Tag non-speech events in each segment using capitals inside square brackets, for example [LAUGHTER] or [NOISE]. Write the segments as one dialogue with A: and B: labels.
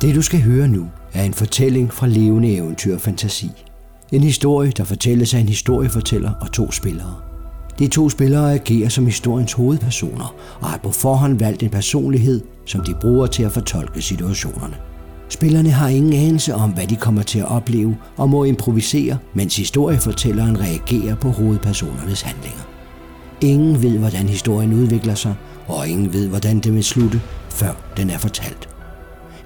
A: Det du skal høre nu er en fortælling fra levende eventyr og fantasi. En historie, der fortælles af en historiefortæller og to spillere. De to spillere agerer som historiens hovedpersoner og har på forhånd valgt en personlighed, som de bruger til at fortolke situationerne. Spillerne har ingen anelse om, hvad de kommer til at opleve og må improvisere, mens historiefortælleren reagerer på hovedpersonernes handlinger. Ingen ved, hvordan historien udvikler sig, og ingen ved, hvordan den vil slutte, før den er fortalt.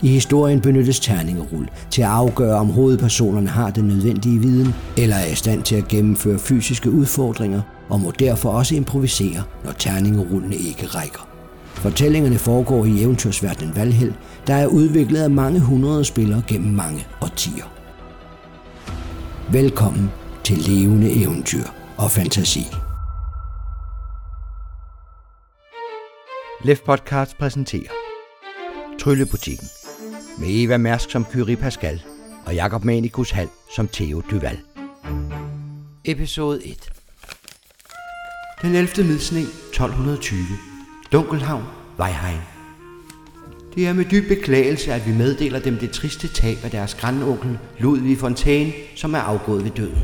A: I historien benyttes terningerul til at afgøre, om hovedpersonerne har den nødvendige viden, eller er i stand til at gennemføre fysiske udfordringer, og må derfor også improvisere, når terningerullene ikke rækker. Fortællingerne foregår i eventyrsverdenen Valhæl, der er udviklet af mange hundrede spillere gennem mange årtier. Velkommen til levende eventyr og fantasi. Lef Podcast præsenterer Tryllebutikken med Eva Mærsk som Kyrie Pascal og Jakob Manikus Hal som Theo Duval. Episode 1 Den 11. midsne 1220 Dunkelhavn, Vejheim Det er med dyb beklagelse, at vi meddeler dem det triste tab af deres grandonkel Ludvig Fontaine, som er afgået ved døden.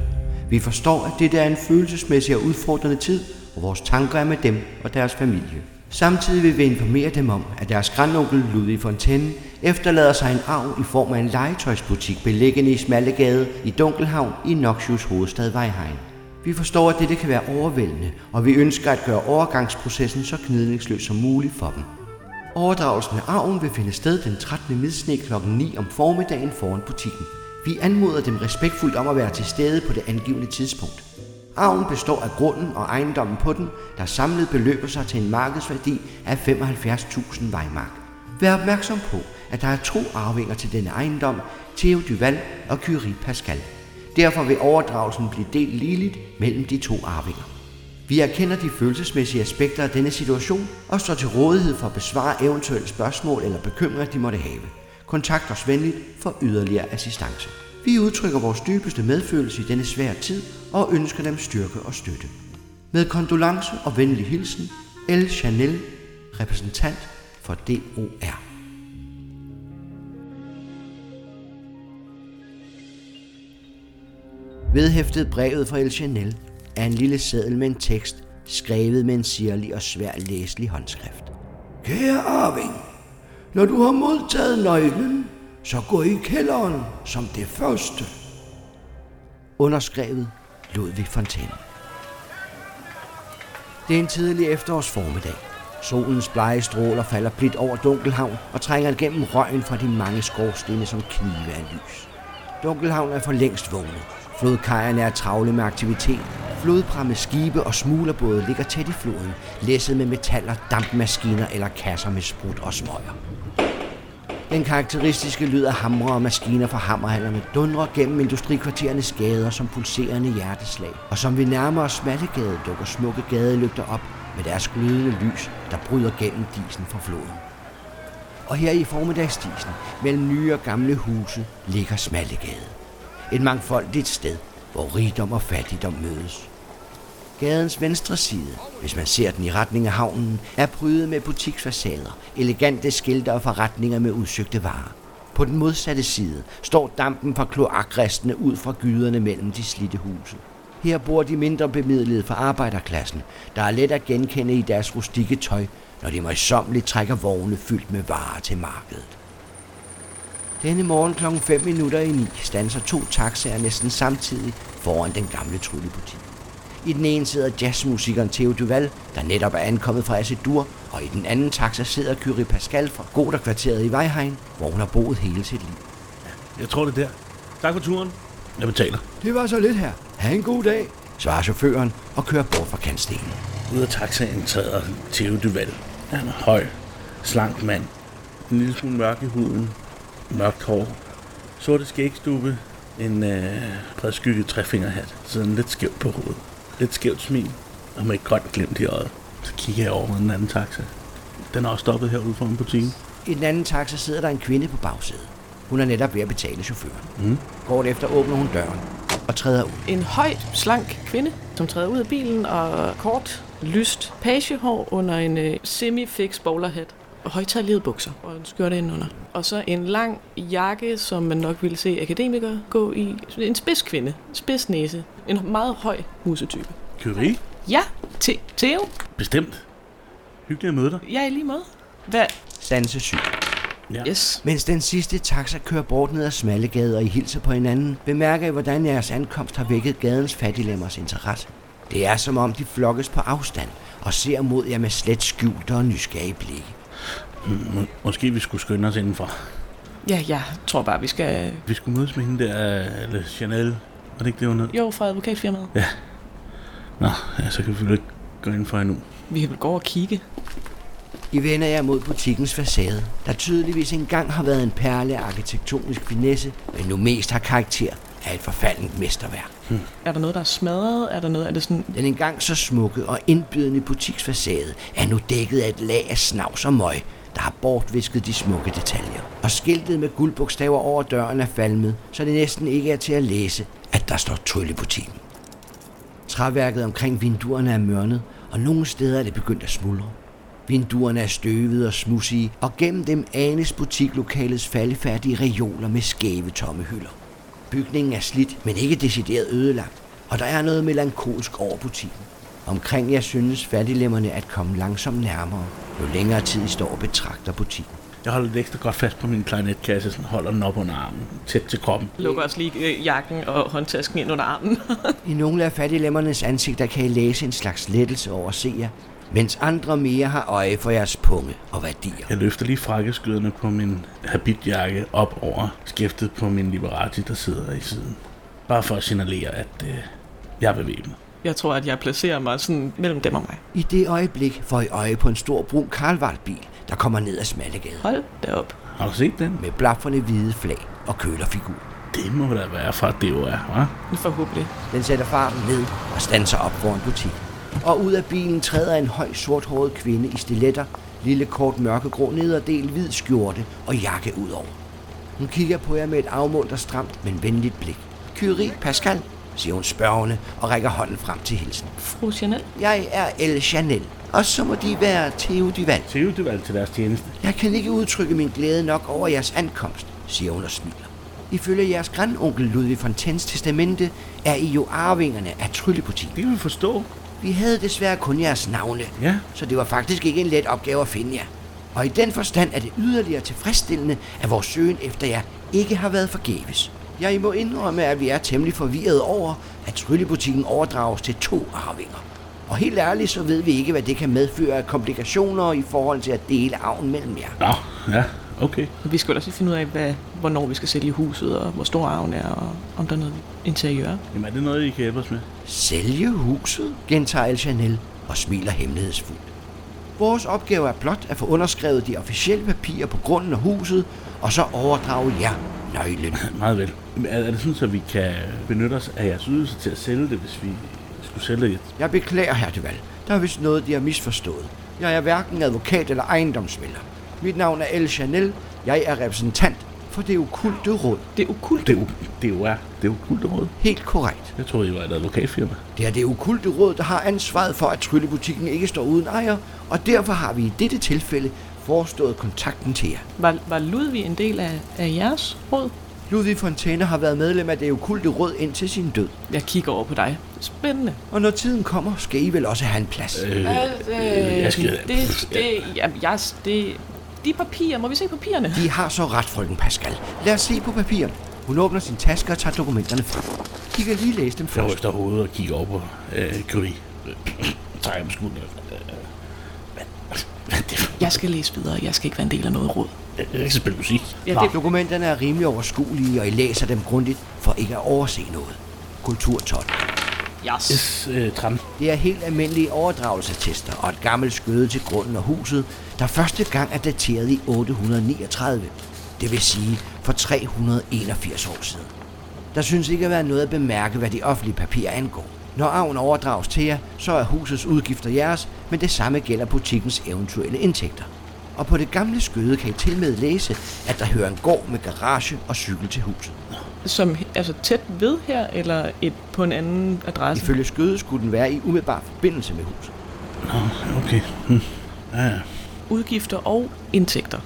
A: Vi forstår, at dette er en følelsesmæssig og udfordrende tid, og vores tanker er med dem og deres familie. Samtidig vil vi informere dem om, at deres grandonkel Ludvig Fontaine efterlader sig en arv i form af en legetøjsbutik beliggende i Smallegade i Dunkelhavn i Noxius hovedstad Vejheim. Vi forstår, at dette kan være overvældende, og vi ønsker at gøre overgangsprocessen så gnidningsløs som muligt for dem. Overdragelsen af arven vil finde sted den 13. midsne kl. 9 om formiddagen foran butikken. Vi anmoder dem respektfuldt om at være til stede på det angivne tidspunkt. Arven består af grunden og ejendommen på den, der samlet beløber sig til en markedsværdi af 75.000 vejmark. Vær opmærksom på, at der er to arvinger til denne ejendom, Theo Duval og Kyrie Pascal. Derfor vil overdragelsen blive delt ligeligt mellem de to arvinger. Vi erkender de følelsesmæssige aspekter af denne situation og står til rådighed for at besvare eventuelle spørgsmål eller bekymringer, de måtte have. Kontakt os venligt for yderligere assistance. Vi udtrykker vores dybeste medfølelse i denne svære tid og ønsker dem styrke og støtte. Med kondolence og venlig hilsen, El Chanel, repræsentant for DOR. Vedhæftet brevet fra El Chanel er en lille seddel med en tekst, skrevet med en sirlig og svær læselig håndskrift. Kære Arving, når du har modtaget nøglen, så gå i kælderen som det første. Underskrevet Ludvig Fontaine. Det er en tidlig efterårsformiddag. Solens blege stråler falder blidt over Dunkelhavn og trænger gennem røgen fra de mange skorstene som knive af lys. Dunkelhavn er for længst vågnet. Flodkajerne er travle med aktivitet. Flodpramme, skibe og smuglerbåde ligger tæt i floden, læsset med metaller, dampmaskiner eller kasser med sprut og smøger. Den karakteristiske lyd af hamre og maskiner fra hammerhallerne dundrer gennem industrikvarterernes gader som pulserende hjerteslag, og som vi nærmer os Smallegade dukker smukke gadelygter op med deres glødende lys, der bryder gennem disen fra floden. Og her i formiddagsdisen, mellem nye og gamle huse, ligger Smallegade. Et mangfoldigt sted, hvor rigdom og fattigdom mødes. Gadens venstre side, hvis man ser den i retning af havnen, er prydet med butiksfacader, elegante skilte og forretninger med udsøgte varer. På den modsatte side står dampen fra kloakrestene ud fra gyderne mellem de slidte huse. Her bor de mindre bemidlede fra arbejderklassen, der er let at genkende i deres rustikke tøj, når de møjsommeligt trækker vogne fyldt med varer til markedet. Denne morgen kl. 5 minutter i 9 standser to taxaer næsten samtidig foran den gamle tryllebutik. I den ene sidder jazzmusikeren Theo Duval, der netop er ankommet fra Asedur, og i den anden taxa sidder Kyrie Pascal fra Goderkvarteret i Vejheim, hvor hun har boet hele sit liv.
B: Jeg tror, det er der. Tak for turen. Jeg betaler.
A: Det var så lidt her. Ha' en god dag, svarer chaufføren og kører bort fra kantstenen.
B: Ud af taxaen træder Theo Duval. Han er en høj, slank mand. En lille smule mørk i huden. Mørkt hår. Sorte skægstube. En øh, bredskygget træfingerhat. Sådan lidt skævt på hovedet. Lidt skævt smil. Og med et grønt glimt i øjet. Så kigger jeg over mod den anden taxa. Den er også stoppet herude foran butikken.
A: I den anden taxa sidder der en kvinde på bagsædet. Hun er netop ved at betale chaufføren. Mm. Kort efter åbner hun døren og træder ud.
C: En høj, slank kvinde, som træder ud af bilen og kort, lyst pagehår under en øh, semi-fix bowlerhat. højtalerede bukser og en skjorte indenunder. Og så en lang jakke, som man nok ville se akademikere gå i. En spids kvinde, spids næse, en meget høj musetype.
B: Curie?
C: Ja, Te- Theo,
B: Bestemt. Hyggeligt at møde dig.
C: jeg er i lige måde. Hvad?
A: Sanse syg.
B: Ja.
C: Yes.
A: Mens den sidste taxa kører bort ned ad smalle gader og I hilser på hinanden, bemærker I, hvordan jeres ankomst har vækket gadens fattiglemmers interesse. Det er som om, de flokkes på afstand og ser mod jer med slet skjulte og nysgerrige blikke.
B: Mm, Må- måske vi skulle skynde os indenfor.
C: Ja, jeg tror bare, vi skal...
B: Vi skulle mødes med hende der, eller Chanel. Var det ikke det, hun hed?
C: Jo, fra advokatfirmaet.
B: Nå, ja, så kan vi vel ikke gå indenfor endnu.
C: Vi kan vel gå over og kigge.
A: I vender jer mod butikkens facade, der tydeligvis engang har været en perle af arkitektonisk finesse, men nu mest har karakter af et forfaldent mesterværk.
C: Er der noget, der er smadret? Er der noget, er det sådan...
A: Den engang så smukke og indbydende butiksfacade er nu dækket af et lag af snavs og møg, der har bortvisket de smukke detaljer. Og skiltet med guldbogstaver over døren er falmet, så det næsten ikke er til at læse, at der står tryllebutikken. Træværket omkring vinduerne er mørnet, og nogle steder er det begyndt at smuldre. Vinduerne er støvede og smudsige, og gennem dem anes butiklokalets faldefærdige reoler med skæve tomme hylder. Bygningen er slidt, men ikke decideret ødelagt, og der er noget melankolsk over butikken. Omkring jer synes fattiglemmerne at komme langsomt nærmere, jo længere tid I står og betragter butikken.
B: Jeg holder lidt ekstra godt fast på min klarinetkasse, sådan holder den op under armen, tæt til kroppen.
C: Lukker også lige øh, jakken og håndtasken ind under armen.
A: I nogle af fattiglemmernes ansigter kan I læse en slags lettelse over at se jer, mens andre mere har øje for jeres punge og værdier.
B: Jeg løfter lige frakkeskyderne på min habitjakke op over skæftet på min Liberati, der sidder i siden. Bare for at signalere, at øh, jeg er bevæbnet.
C: jeg tror, at jeg placerer mig sådan mellem dem og mig.
A: I det øjeblik får I øje på en stor brun Karlvart-bil, der kommer ned ad smalle gader.
C: Hold da op.
B: Har du set den?
A: Med blafrende hvide flag og kølerfigur.
B: Det må da være fra DOR, hva'?
C: Forhåbentlig.
A: Den sætter farten ned og standser op foran butikken. Og ud af bilen træder en høj sorthåret kvinde i stiletter, lille kort mørkegrå nederdel, hvid skjorte og jakke ud over. Hun kigger på jer med et afmålt og stramt, men venligt blik. Kyrie Pascal, siger hun spørgende og rækker hånden frem til hilsen.
C: Fru Chanel.
A: Jeg er El Chanel, og så må de være Theo Duval.
B: Tv-udvalg til deres tjeneste.
A: Jeg kan ikke udtrykke min glæde nok over jeres ankomst, siger hun og smiler. Ifølge jeres grandonkel Ludvig Fontaines testamente er I jo arvingerne af Tryllebutikken.
B: Det kan vi forstå.
A: Vi havde desværre kun jeres navne,
B: Ja.
A: så det var faktisk ikke en let opgave at finde jer. Og i den forstand er det yderligere tilfredsstillende, at vores søgen efter jer ikke har været forgæves. Jeg må indrømme, at vi er temmelig forvirrede over, at Tryllebutikken overdrages til to arvinger. Og helt ærligt, så ved vi ikke, hvad det kan medføre af komplikationer i forhold til at dele arven mellem jer.
B: Nå, ja, okay.
C: Vi skal vel også lige finde ud af, hvad, hvornår vi skal sælge huset, og hvor stor arven er, og om der er noget interiør.
B: Jamen er det noget, I kan hjælpe os med?
A: Sælge huset, gentager El Chanel og smiler hemmelighedsfuldt. Vores opgave er blot at få underskrevet de officielle papirer på grunden af huset, og så overdrage jer nøglen.
B: Meget vel. Men Er, er det sådan, at vi kan benytte os af jeres ydelse til at sælge det, hvis vi skulle sælge det?
A: Jeg beklager, herr Duval. Der er vist noget, de har misforstået. Jeg er hverken advokat eller ejendomsmælder. Mit navn er El Chanel. Jeg er repræsentant for det okulte råd.
C: Det er okult.
B: Det er jo, det er jo, er, det er jo kult råd.
A: Helt korrekt.
B: Jeg troede, I var et advokatfirma.
A: Det er det okulte råd, der har ansvaret for, at tryllebutikken ikke står uden ejer, og derfor har vi i dette tilfælde forestået kontakten til jer.
C: Var, var Ludvig en del af, af jeres råd?
A: Ludvig Fontaine har været medlem af det okulte råd indtil sin død.
C: Jeg kigger over på dig. Spændende.
A: Og når tiden kommer, skal I vel også have en plads. Øh.
B: øh, jeg skal-
C: Altså, det, det, ja, jeg, det, de papirer, må vi se papirerne?
A: De har så ret, frøken Pascal. Lad os se på papiret. Hun åbner sin taske og tager dokumenterne frem. I kan lige læse dem
B: Jeg
A: først.
B: ryster hovedet og kigger over på øh, Curie. Øh, Trækker på skulderen. Øh, hvad, hvad er det for?
C: Jeg skal læse videre, jeg skal ikke være en del af noget råd.
B: Jeg kan ikke spille musik.
C: Ja,
A: Nå,
C: det,
A: dokumenterne er rimelig overskuelige, og I læser dem grundigt, for ikke at overse noget. Kultur 12.
C: yes.
B: Yes, øh, tram.
A: Det er helt almindelige overdragelsetester og et gammelt skøde til grunden og huset, der første gang er dateret i 839, det vil sige for 381 år siden. Der synes ikke at være noget at bemærke, hvad de offentlige papirer angår. Når arven overdrages til jer, så er husets udgifter jeres, men det samme gælder butikkens eventuelle indtægter. Og på det gamle skøde kan I til med læse, at der hører en gård med garage og cykel til huset.
C: Som altså tæt ved her, eller et på en anden adresse?
A: Ifølge skødet skulle den være i umiddelbar forbindelse med huset.
B: Okay. Hmm. Ja, ja.
C: udgifter og indtægter.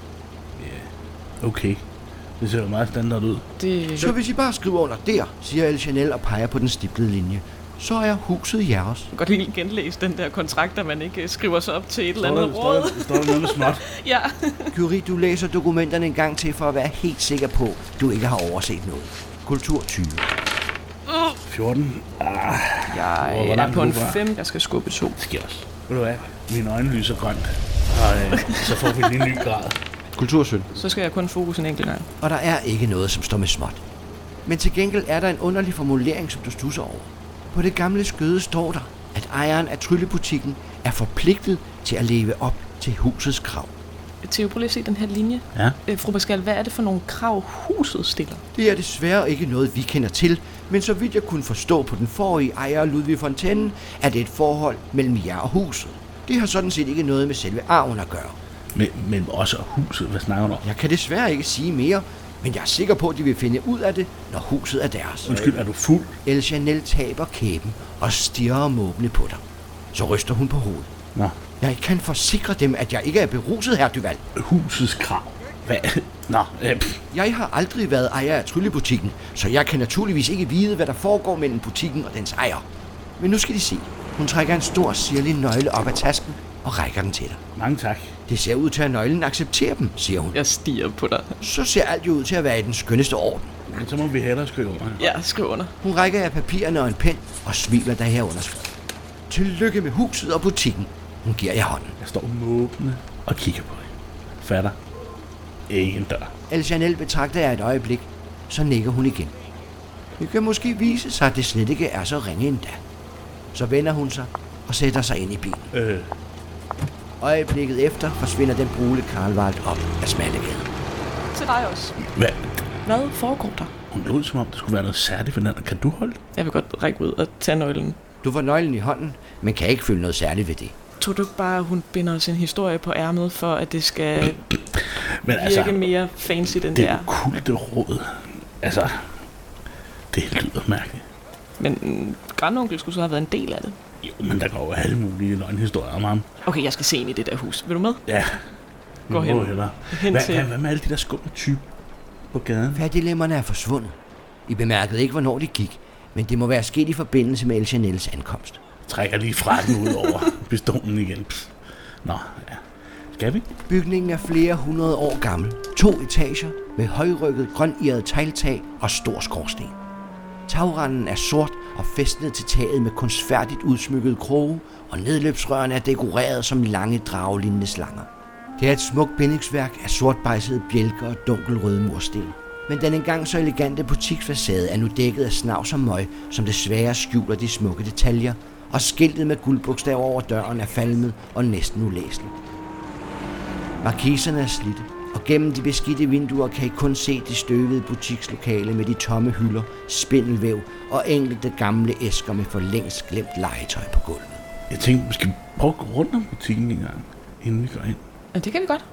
B: Okay. Det ser jo meget standard ud.
C: Det,
A: Så hvis I bare skriver under der, siger El Chanel og peger på den stiplede linje, så er huset jeres.
C: Jeg kan godt lige genlæse den der kontrakt, der man ikke øh, skriver sig op til et eller
B: Står der,
C: andet
B: står,
C: råd.
B: der, står der noget med [LAUGHS] småt?
C: Ja.
A: Kyrie, du læser dokumenterne en gang til for at være helt sikker på, du ikke har overset noget. Kultur 20.
B: 14. Ah,
C: Jeg
B: Hvor- hvor
C: er
B: langt
C: på
B: er
C: en
B: du fra?
C: 5. Jeg skal skubbe to.
B: det sker også. Ved du hvad? Mine øjne lyser grønt. Og øh, så får vi lige en ny grad.
A: Kultur 17.
C: Så skal jeg kun fokus en enkelt gang.
A: Og der er ikke noget, som står med småt. Men til gengæld er der en underlig formulering, som du stusser over. På det gamle skøde står der, at ejeren af tryllebutikken er forpligtet til at leve op til husets krav.
C: Theo, prøv lige at se den her linje.
B: Ja.
C: Øh, fru Pascal, hvad er det for nogle krav, huset stiller?
A: Det er desværre ikke noget, vi kender til, men så vidt jeg kunne forstå på den forrige ejer, Ludvig Fontaine, er det et forhold mellem jer og huset. Det har sådan set ikke noget med selve arven at gøre.
B: Men, men også huset. Hvad snakker du om?
A: Jeg kan desværre ikke sige mere, men jeg er sikker på, at de vil finde ud af det, når huset er deres.
B: Undskyld, er du fuld?
A: El Chanel taber kæben og stirrer måbende på dig. Så ryster hun på hovedet.
B: Nå.
A: Jeg kan forsikre dem, at jeg ikke er beruset, herr Duval.
B: Husets krav. Hvad? Nå, øh, pff.
A: Jeg har aldrig været ejer af tryllebutikken, så jeg kan naturligvis ikke vide, hvad der foregår mellem butikken og dens ejer. Men nu skal de se. Hun trækker en stor sirlig nøgle op af tasken og rækker den til dig.
B: mange tak.
A: Det ser ud til, at nøglen accepterer dem, siger hun.
C: Jeg stiger på dig.
A: Så ser alt jo ud til at være i den skønneste orden.
B: Men så må vi hellere skrive under.
C: Jeg skriver under.
A: Hun rækker jer papirerne og en pen og smiler dig herunder. Tillykke med huset og butikken. Hun giver jer hånden.
B: Jeg står måbende og kigger på hende. Fatter. Ingen dør.
A: El Chanel betragter jer et øjeblik, så nikker hun igen. Det kan måske vise sig, at det slet ikke er så ringe endda. Så vender hun sig og sætter sig ind i bilen.
B: Øh,
A: Øjeblikket efter forsvinder den brune Karlvald op af Smallegaden.
C: Til dig også.
B: hvad?
C: Hvad foregår der?
B: Hun lød som om, der skulle være noget særligt ved den. Kan du holde den?
C: Jeg vil godt række ud og tage nøglen.
A: Du får nøglen i hånden, men kan ikke føle noget særligt ved det.
C: Tror du ikke bare, at hun binder sin historie på ærmet, for at det skal virke
B: Men altså,
C: mere fancy, end det
B: det
C: er?
B: okulte råd. Altså, det lyder mærkeligt.
C: Men mm, grandonkel skulle så have været en del af det.
B: Jo, men der går jo alle mulige løgnhistorier om ham.
C: Okay, jeg skal se ind i det der hus. Vil du med?
B: Ja.
C: Gå
B: Nu
C: hen.
B: må vi hellere.
C: Hen
B: Hvad,
C: til-
B: hvad, hvad med alle de der skumle typer på gaden?
A: Fattiglemmerne er forsvundet. I bemærkede ikke, hvornår de gik, men det må være sket i forbindelse med El Chanels ankomst.
B: Trækker lige fra den ud over [LAUGHS] pistolen igen. Pff. Nå, ja. Skal vi?
A: Bygningen er flere hundrede år gammel. To etager med højrykket grøniret tegltag og stor skorsten. Tagranden er sort og fæstnet til taget med kunstfærdigt udsmykkede kroge, og nedløbsrørene er dekoreret som lange dragelignende slanger. Det er et smukt bindingsværk af sortbejsede bjælker og dunkelrøde mursten. Men den engang så elegante butiksfacade er nu dækket af snavs og møg, som desværre skjuler de smukke detaljer, og skiltet med guldbogstaver over døren er falmet og næsten ulæseligt. Markiserne er slidte, og gennem de beskidte vinduer kan I kun se det støvede butikslokale med de tomme hylder, spindelvæv og enkelte gamle æsker med for længst glemt legetøj på gulvet.
B: Jeg tænkte, vi skal prøve at gå rundt om butikken en gang, inden vi går ind.
C: Ja, det kan vi godt.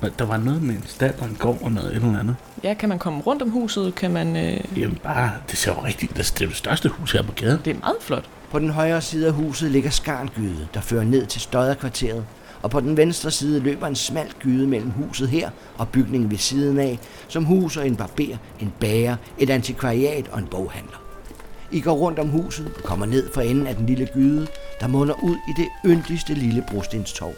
B: Og Der var noget med en stald og en gård og noget et eller andet.
C: Ja, kan man komme rundt om huset? Kan man... Øh...
B: Jamen bare, det ser jo rigtigt. Det er det største hus her på gaden.
C: Det er meget flot.
A: På den højre side af huset ligger Skarngyde, der fører ned til Støderkvarteret, og på den venstre side løber en smal gyde mellem huset her og bygningen ved siden af, som huser en barber, en bager, et antikvariat og en boghandler. I går rundt om huset og kommer ned for enden af den lille gyde, der munder ud i det yndigste lille brostenstorv.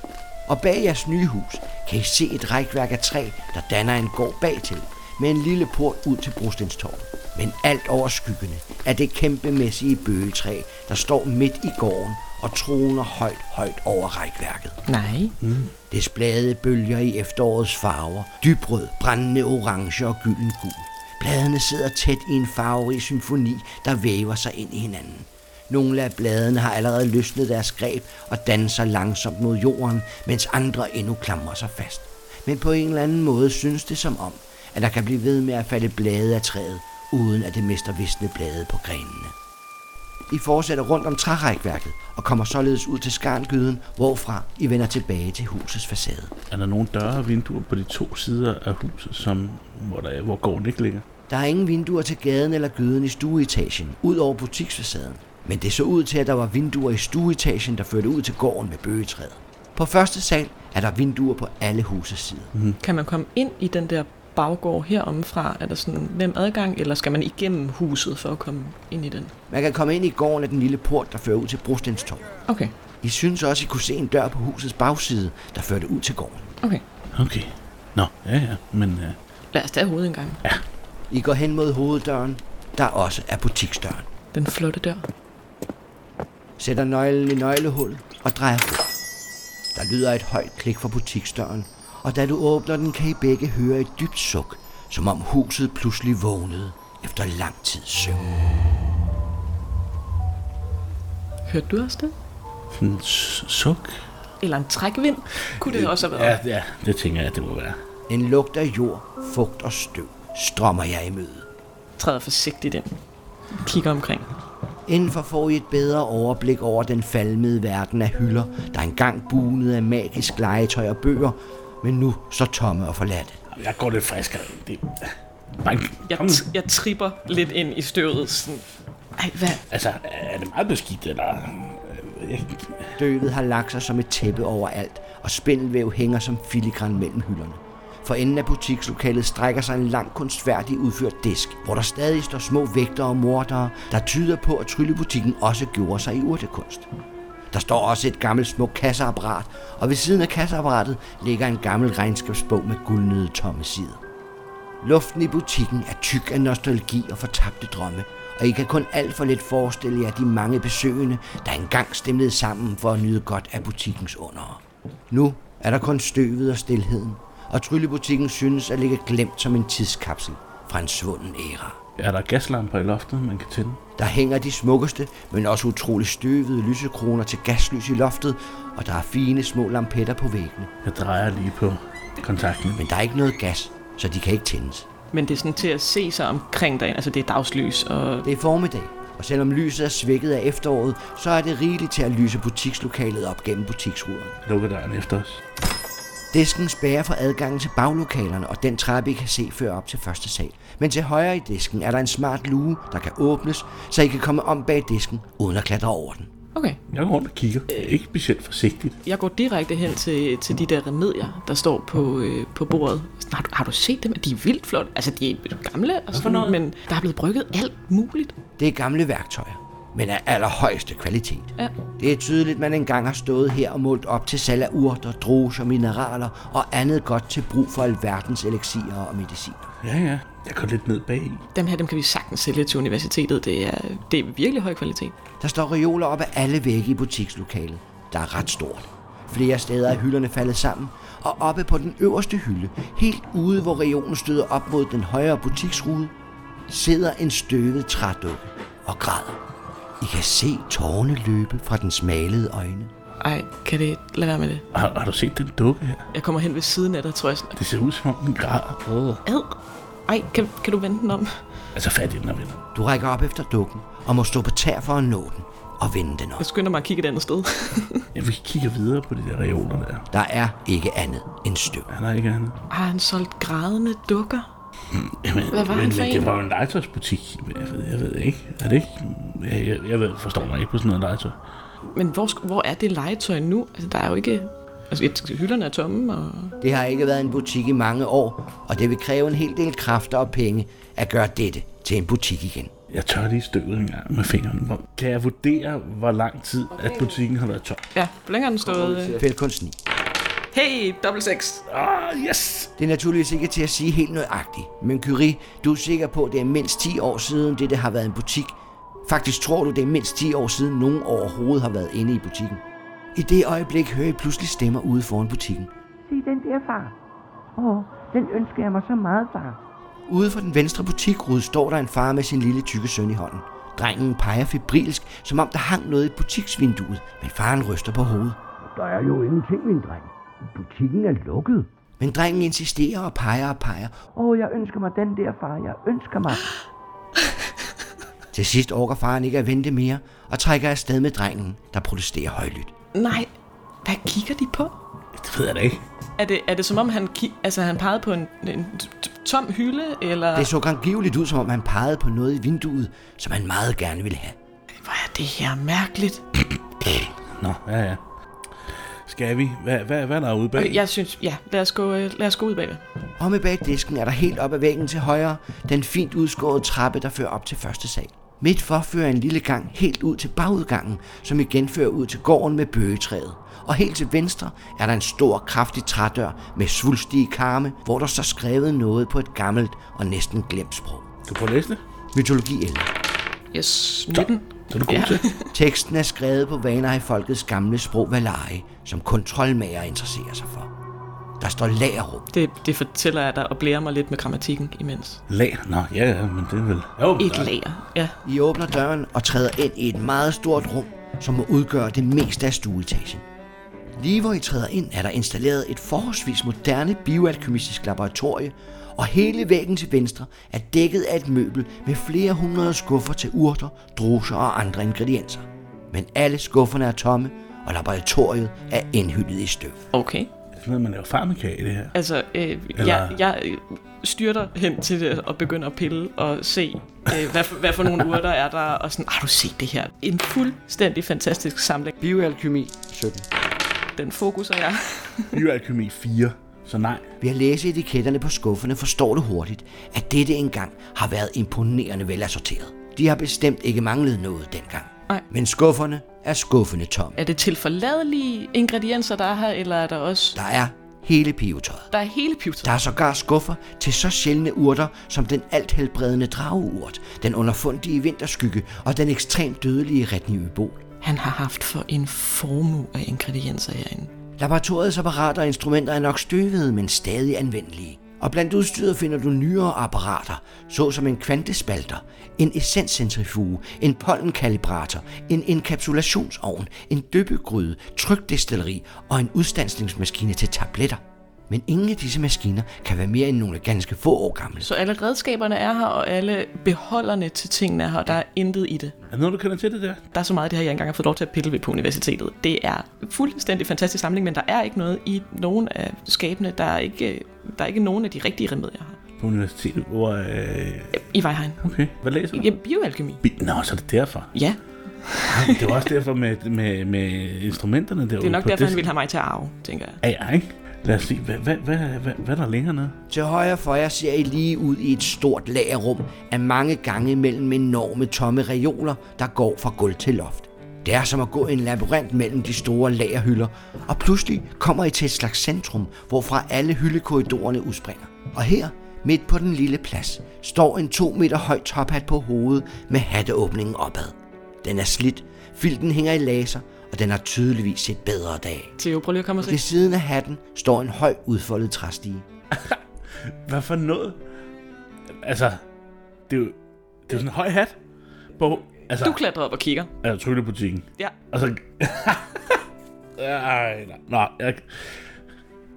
A: Og bag jeres nye hus kan I se et rækværk af træ, der danner en gård bagtil, med en lille port ud til brostenstorvet. Men alt over skyggene er det kæmpemæssige bøgetræ, der står midt i gården og troner højt, højt over rækværket.
C: Nej.
B: Mm.
A: Det splade bølger i efterårets farver. Dybrød, brændende orange og gylden gul. Bladene sidder tæt i en farverig symfoni, der væver sig ind i hinanden. Nogle af bladene har allerede løsnet deres greb og danser langsomt mod jorden, mens andre endnu klamrer sig fast. Men på en eller anden måde synes det som om, at der kan blive ved med at falde blade af træet, uden at det mister visne blade på grenene. I fortsætter rundt om trærækværket og kommer således ud til skarngyden, hvorfra I vender tilbage til husets facade.
B: Er der nogle døre og vinduer på de to sider af huset, som, hvor, der, hvor gården ikke ligger?
A: Der er ingen vinduer til gaden eller gyden i stueetagen, ud over butiksfacaden. Men det så ud til, at der var vinduer i stueetagen, der førte ud til gården med bøgetræet. På første sal er der vinduer på alle husets sider.
C: Kan man komme ind i den der baggård heromme fra? Er der sådan nem adgang, eller skal man igennem huset for at komme ind i den?
A: Man kan komme ind i gården af den lille port, der fører ud til Brostenstorv.
C: Okay,
A: I synes også, I kunne se en dør på husets bagside, der førte ud til gården.
C: okay.
B: Okay. Nå, ja, ja, men øh,
C: Lad os tage hovedet engang.
A: I går hen mod hoveddøren, der også er butiksdøren.
C: Den flotte dør.
A: Sætter nøglen i nøglehullet og drejer rundt. Der lyder et højt klik fra butiksdøren, og da du åbner den, kan I begge høre et dybt suk, som om huset pludselig vågnede efter lang tid søvn.
C: Hørte du også det?
B: sådan s- suk.
C: Eller en trækvind? Kunne det også have været?
B: Øh, Ja, ja, det tænker jeg, det må være.
A: En lugt af jord, fugt og støv strømmer jer i møde.
C: Træder forsigtigt ind. Kigger omkring.
A: Indenfor får I et bedre overblik over den falmede verden af hylder, der engang bunede af magisk legetøj og bøger, men nu så tomme og forladte.
B: Jeg går lidt friskere. Det... Bank.
C: Jeg,
B: Kom.
C: t- jeg tripper lidt ind i støvet. Sådan. Ej, hvad?
B: Altså, er det meget beskidt, eller? Øh, jeg-
A: Støvet har lagt sig som et tæppe overalt, og spindelvæv hænger som filigran mellem hylderne. For enden af butikslokalet strækker sig en lang kunstfærdig udført disk, hvor der stadig står små vægter og mordere, der tyder på, at tryllebutikken også gjorde sig i urtekunst. Der står også et gammelt smukt kasseapparat, og ved siden af kasseapparatet ligger en gammel regnskabsbog med guldnede tomme sider. Luften i butikken er tyk af nostalgi og fortabte drømme, og I kan kun alt for lidt forestille jer de mange besøgende, der engang stemlede sammen for at nyde godt af butikkens under. Nu er der kun støvet og stilheden, og tryllebutikken synes at ligge glemt som en tidskapsel fra en svunden æra.
B: Er der gaslamper i loftet, man kan tænde?
A: Der hænger de smukkeste, men også utrolig støvede lysekroner til gaslys i loftet, og der er fine små lampetter på væggene.
B: Jeg drejer lige på kontakten.
A: Men der er ikke noget gas, så de kan ikke tændes.
C: Men det er sådan til at se sig omkring dagen. Altså, det er dagslys, og
A: Det er formiddag, og selvom lyset er svækket af efteråret, så er det rigeligt til at lyse butikslokalet op gennem butiksruderne.
B: Lukker døren efter os.
A: Disken spærrer for adgangen til baglokalerne og den trappe, I kan se før op til første sal. Men til højre i disken er der en smart luge, der kan åbnes, så I kan komme om bag disken uden at klatre over den.
C: okay.
B: Jeg går rundt og kigger. Ikke specielt forsigtigt.
C: Jeg går direkte hen til, til de der remedier, der står på, øh, på bordet. Sådan, Har du, har du set dem? De er vildt flotte. Altså, de er gamle og sådan, men der er blevet brygget alt muligt.
A: Det er gamle værktøjer, men af allerhøjeste kvalitet.
C: Ja.
A: Det er tydeligt, man engang har stået her og målt op til salg af urter, droger, mineraler og andet godt til brug for alverdens elixirer og medicin.
B: Ja, ja. Jeg går lidt ned bag i.
C: Dem her, dem kan vi sagtens sælge til universitetet. Det er, det er virkelig høj kvalitet.
A: Der står reoler op ad alle vægge i butikslokalet, der er ret stort. Flere steder er hylderne faldet sammen, og oppe på den øverste hylde, helt ude hvor reolen støder op mod den højere butiksrude, sidder en støvet trædukke og græder. I kan se tårne løbe fra den smalede øjne.
C: Ej, kan det lade være med det?
B: Har, har du set den dukke her?
C: Jeg kommer hen ved siden af dig, tror jeg. Sådan,
B: Det ser ud som om den græder. Øh.
C: Ad. Ej, kan, kan du vende den om?
B: Altså fat i den og venner.
A: Du rækker op efter dukken og må stå på tær for at nå den og vende den op.
C: Jeg skynder mig at kigge et andet sted.
B: Ja, vi kigger videre på de der reoler der.
A: Der er ikke andet end støv.
B: Han er ikke andet.
C: Har han solgt grædende dukker?
B: Jamen,
C: Hvad var han for en?
B: det var jo en legetøjsbutik. Jeg ved, jeg ved ikke. Er det ikke? Jeg, jeg, jeg ved, forstår mig ikke på sådan noget legetøj.
C: Men hvor, sk- hvor er det legetøj nu? Altså, der er jo ikke... Altså, et- hylderne er tomme, og...
A: Det har ikke været en butik i mange år, og det vil kræve en hel del kræfter og penge at gøre dette til en butik igen.
B: Jeg tør lige støvet en gang med fingeren. Hvor, kan jeg vurdere, hvor lang tid, at butikken har været tom?
C: Ja, hvor længe har den stået? øh?
A: Fæld kun sni.
C: Hey, dobbelt seks.
B: Ah, yes!
A: Det er naturligvis ikke til at sige helt nøjagtigt, men Curie, du er sikker på, at det er mindst 10 år siden, det, det har været en butik. Faktisk tror du, det er mindst 10 år siden, nogen overhovedet har været inde i butikken. I det øjeblik hører I pludselig stemmer ude foran butikken.
D: Se den der, far. Åh, den ønsker jeg mig så meget, far.
A: Ude for den venstre butikrude står der en far med sin lille tykke søn i hånden. Drengen peger febrilsk, som om der hang noget i butiksvinduet, men faren ryster på hovedet. Der er jo ingenting, min dreng. Butikken er lukket. Men drengen insisterer og peger og peger.
D: Åh, oh, jeg ønsker mig den der, far. Jeg ønsker mig.
A: [GASPS] Til sidst orker faren ikke at vente mere, og trækker afsted med drengen, der protesterer højlydt.
C: Nej, hvad kigger de på?
B: Det ved jeg da ikke.
C: Er det, er det som om, han, ki- altså, han pegede på en, en t- t- tom hylde, eller...
A: Det så angiveligt ud, som om han pegede på noget i vinduet, som han meget gerne ville have.
C: Hvor er det her mærkeligt?
B: Nå, ja, ja. Skal vi? Hvad, hvad, hvad er der ude bag?
C: Og jeg synes, Øh, ja, lad os gå, øh, lad os gå ud bagved.
A: Omme bag disken er der helt op ad væggen til højre den fint udskårede trappe, der fører op til første sal. Midt for fører en lille gang helt ud til bagudgangen, som igen fører ud til gården med bøgetræet. Og helt til venstre er der en stor, kraftig trædør med svulstige karme, hvor der står skrevet noget på et gammelt og næsten glemt sprog.
B: Kan du prøve at læse det?
A: Mytologi 11.
C: Yes, 19.
B: Så er du god ja.
C: Ja.
B: til.
A: Teksten er skrevet på vaner i folkets gamle sprog Valari, som kun troldmager interesserer sig for. Der står lagerum.
C: Det, det fortæller jeg dig og blærer mig lidt med grammatikken imens.
B: Lag. Nå, ja, ja, men det er vel... Jo,
C: Et lager, ja.
A: I åbner døren og træder ind i et meget stort rum, som må udgøre det meste af stueetagen. Lige hvor I træder ind, er der installeret et forholdsvis moderne bioalkymistisk laboratorie, og hele væggen til venstre er dækket af et møbel med flere hundrede skuffer til urter, druser og andre ingredienser. Men alle skufferne er tomme, og laboratoriet er indhyllet i støv.
C: Okay.
B: Det er sådan noget, man laver farmaka i det her.
C: Altså, øh, jeg,
B: Eller-
C: jeg øh, styrter hen til det og begynder at pille og se, øh, hvad, for, hvad for nogle urter er der, og sådan, har du set det her? En fuldstændig fantastisk samling.
A: Bioalkymi 17.
C: Den fokuser jeg.
B: Bioalkemi 4. Så nej.
A: Ved at læse etiketterne på skufferne forstår du hurtigt, at dette engang har været imponerende velassorteret. De har bestemt ikke manglet noget dengang.
C: Nej.
A: Men skufferne er skuffende tomme.
C: Er det til forladelige ingredienser, der er her, eller er der også...
A: Der er hele pivetøjet.
C: Der er hele pivetøjet.
A: Der er sågar skuffer til så sjældne urter som den alt helbredende drageurt, den underfundige vinterskygge og den ekstremt dødelige retnivebol.
C: Han har haft for en formue af ingredienser herinde.
A: Laboratoriets apparater og instrumenter er nok støvede, men stadig anvendelige. Og blandt udstyret finder du nyere apparater, såsom en kvantespalter, en essenscentrifuge, en pollenkalibrator, en inkapsulationsovn, en døbegryde, trykdestilleri og en udstansningsmaskine til tabletter. Men ingen af disse maskiner kan være mere end nogle ganske få år gamle.
C: Så alle redskaberne er her, og alle beholderne til tingene er her, og der er intet i det.
B: Er der noget, du kender til det der?
C: Der er så meget af det her, jeg ikke engang har fået lov til at pille ved på universitetet. Det er fuldstændig fantastisk samling, men der er ikke noget i nogen af skabene. Der er ikke, der er ikke nogen af de rigtige remedier her.
B: På universitetet, hvor... Øh...
C: I Vejheim.
B: Okay, hvad læser du?
C: Jamen, bioalkemi.
B: Bi- Nå, så er det derfor. Ah,
C: Ja,
B: Det var også derfor med, med, med instrumenterne derude.
C: det er nok
B: på
C: derfor, han
B: disken.
C: ville have mig til at arve, tænker jeg.
B: Ja, ja, ikke? Lad os se, hvad, hvad, hvad, hvad, hvad er der længere nede?
A: Til højre for jer ser I lige ud i et stort lagerrum af mange gange mellem enorme tomme reoler, der går fra gulv til loft. Det er som at gå i en labyrint mellem de store lagerhylder, og pludselig kommer I til et slags centrum, hvorfra alle hyldekorridorerne udspringer. Og her, midt på den lille plads, står en 2 meter høj tophat på hovedet med hatteåbningen opad. Den er slidt, filten hænger i laser, og den har tydeligvis set bedre dage.
C: Theo, prøv lige at komme og se.
A: Ved siden af hatten står en høj udfoldet træstige.
B: Hvad for noget? Altså, det er jo, det er jo sådan en høj hat på... Altså,
C: Du klatrer op og kigger.
B: altså tryllebutikken.
C: Ja,
B: Og så... [LAUGHS] Ej, nej, nej, jeg...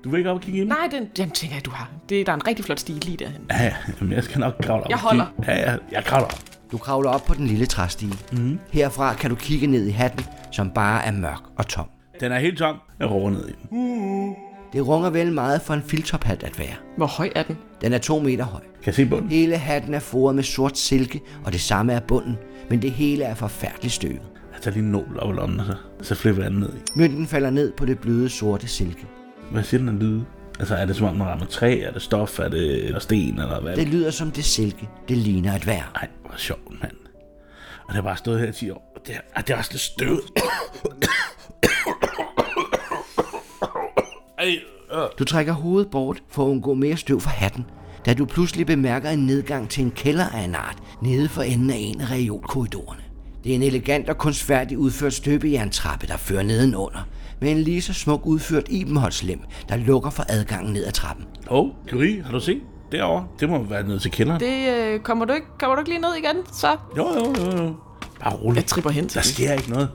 B: Du vil ikke op og kigge ind?
C: nej, den jamen, tænker jeg, du har. Det, der er en rigtig flot stil lige derhen.
B: Ja, ja, jamen, jeg skal nok kravle op.
C: Jeg
B: og kigge.
C: holder.
B: Ja, ja, jeg kravler op.
A: Du kravler op på den lille træstige. Mm. Herfra kan du kigge ned i hatten, som bare er mørk og tom.
B: Den er helt tom. Jeg roer ned i den.
A: Det runger vel meget for en filtophat at være.
C: Hvor høj er den?
A: Den er to meter høj.
B: Kan jeg se bunden?
A: Hele hatten er foret med sort silke, og det samme er bunden, men det hele er forfærdeligt støvet.
B: Jeg tager lige en nål op i lommen, og så, så flipper jeg den ned i.
A: Mønten falder ned på det bløde sorte silke.
B: Hvad siger den af lyde? Altså, er det som om, man rammer træ? Er det stof? Er det eller sten? Eller hvad?
A: Det lyder som det silke, det ligner et vejr.
B: Nej, hvor sjovt, mand. Og det har bare stået her i 10 år. Og det er, ah, det er også lidt støvet. Ej, øh.
A: Du trækker hovedet bort for at undgå mere støv fra hatten, da du pludselig bemærker en nedgang til en kælder af en art nede for enden af en af reolkorridorerne. Det er en elegant og kunstfærdig udført støbejerntrappe, der fører nedenunder, med en lige så smuk udført ibenholslem, der lukker for adgangen ned ad trappen.
B: Hov, Curie, har du set? Derovre. Det må være nede til kælderen.
C: Det øh, kommer, du ikke, kommer du ikke lige ned igen, så?
B: Jo, jo, jo, jo. Bare
C: Jeg
B: roligt.
C: tripper hen til
B: Der
C: det.
B: sker ikke noget.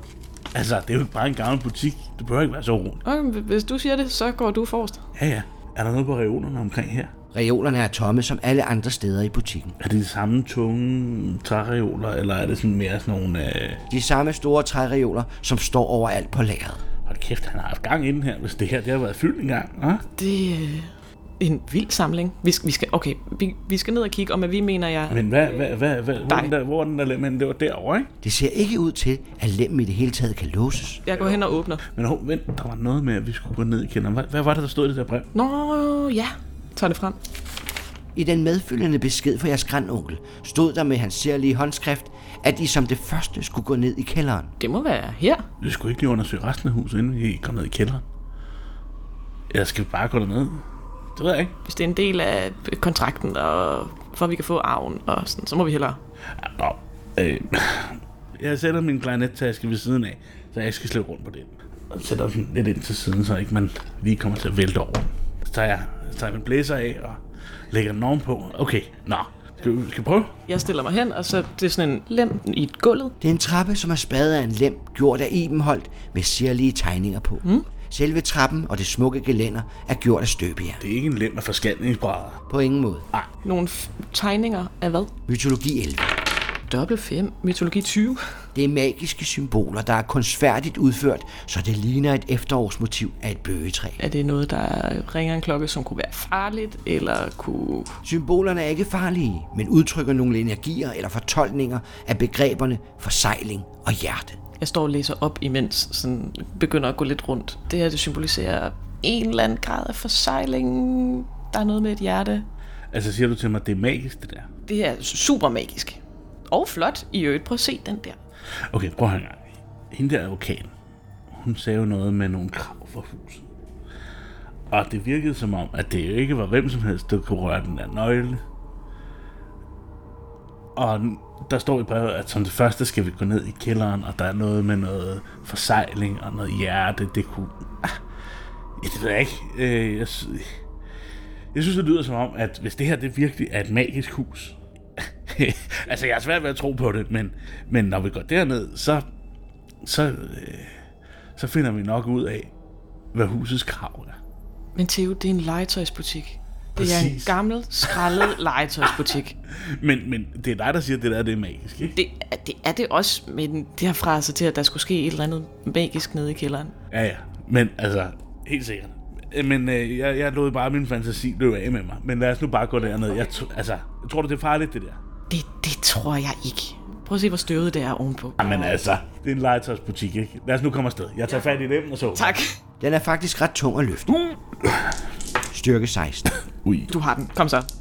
B: Altså, det er jo bare en gammel butik. Du behøver ikke være så rolig.
C: Okay, hvis du siger det, så går du forrest.
B: Ja, ja. Er der noget på reolerne omkring her?
A: Reolerne er tomme som alle andre steder i butikken.
B: Er det de samme tunge træreoler, eller er det sådan mere sådan nogle... Øh...
A: De samme store træreoler, som står overalt på lageret.
B: Hold kæft, han har haft gang inden her, hvis det her det har været fyldt en gang. Ah?
C: Det, øh, en vild samling. Vi, sk- vi skal, okay, vi, vi skal ned og kigge, og med vi mener jeg...
B: Men hvad, hvad, hvad, hvad, hvor, er den der, hvor er den der lem? henne? Det var derovre, ikke?
A: Det ser ikke ud til, at lemmen i det hele taget kan låses.
C: Jeg går hen og åbner.
B: Men hov, vent, der var noget med, at vi skulle gå ned i kælderen. Hvad, hvad var det, der stod i det der brev?
C: Nå, ja. Tager det frem.
A: I den medfølgende besked fra jeres grandonkel stod der med hans særlige håndskrift, at I som det første skulle gå ned i kælderen.
C: Det må være her.
B: Vi skulle ikke lige undersøge resten af huset, inden vi kom ned i kælderen. Jeg skal vi bare gå derned. Det ved jeg ikke.
C: Hvis det er en del af kontrakten, og for at vi kan få arven, og sådan, så må vi hellere...
B: Ja, Nå, øh, jeg sætter min klarinettaske ved siden af, så jeg ikke skal slæbe rundt på den. Og sætter den lidt ind til siden, så ikke man lige kommer til at vælte over. Så tager jeg, så tager jeg min blæser af og lægger den ovenpå. Okay, nå. Skal vi, skal vi prøve?
C: Jeg stiller mig hen, og så det er sådan en lem i et gulvet.
A: Det er en trappe, som er spadet af en lem, gjort af Ibenholt med særlige tegninger på. Mm. Selve trappen og det smukke gelænder er gjort af støbejern.
B: Det er ikke en lem af forskandningsbrædder.
A: På ingen måde.
C: Nogle f- tegninger af hvad?
A: Mytologi 11.
C: Dobbelt 5, mytologi 20.
A: Det er magiske symboler, der er kunstfærdigt udført, så det ligner et efterårsmotiv af et bøgetræ.
C: Er det noget, der ringer en klokke, som kunne være farligt, eller kunne...
A: Symbolerne er ikke farlige, men udtrykker nogle energier eller fortolkninger af begreberne forsejling og hjerte.
C: Jeg står og læser op imens, sådan begynder at gå lidt rundt. Det her, det symboliserer en eller anden grad af forsejlingen. Der er noget med et hjerte.
B: Altså siger du til mig, at det er magisk, det der?
C: Det er super magisk. Og flot i øvrigt. Prøv at se den der.
B: Okay, prøv at høre en gang. Hende der advokaten, hun sagde jo noget med nogle krav for huset. Og det virkede som om, at det jo ikke var hvem som helst, der kunne røre den der nøgle. Og n- der står i brevet, at som det første skal vi gå ned i kælderen, og der er noget med noget forsejling og noget hjerte. Det kunne... Ah, ja, det ved jeg ikke. Øh, jeg, sy- jeg synes, det lyder som om, at hvis det her det virkelig er et magisk hus, [LAUGHS] altså, jeg har svært ved at tro på det, men, men når vi går derned, så, så, øh, så finder vi nok ud af, hvad husets krav er.
C: Men Theo, det er en legetøjsbutik. Det er en
B: Præcis.
C: gammel, skrællet legetøjsbutik.
B: Men, men det er dig, der siger, at det der det er magisk, ikke?
C: Det, er- det er det også, men det har fraset til, at der skulle ske et eller andet magisk nede i kælderen.
B: Ja, ja. Men altså, helt sikkert. Øh, Men øh, jeg, jeg lod bare min fantasi løbe af med mig. Men lad os nu bare gå derned. Jeg, t- altså, tror du, det er farligt, det der?
C: Det, det tror jeg ikke. Prøv at se, hvor støvet det er ovenpå.
B: Jamen altså, det er en legetøjsbutik, ikke? Lad os nu komme afsted. Jeg tager fat i dem og så.
C: Tak.
A: Den er faktisk ret tung at løfte. Styrke 16.
B: Ui.
C: Du har den. Kom så.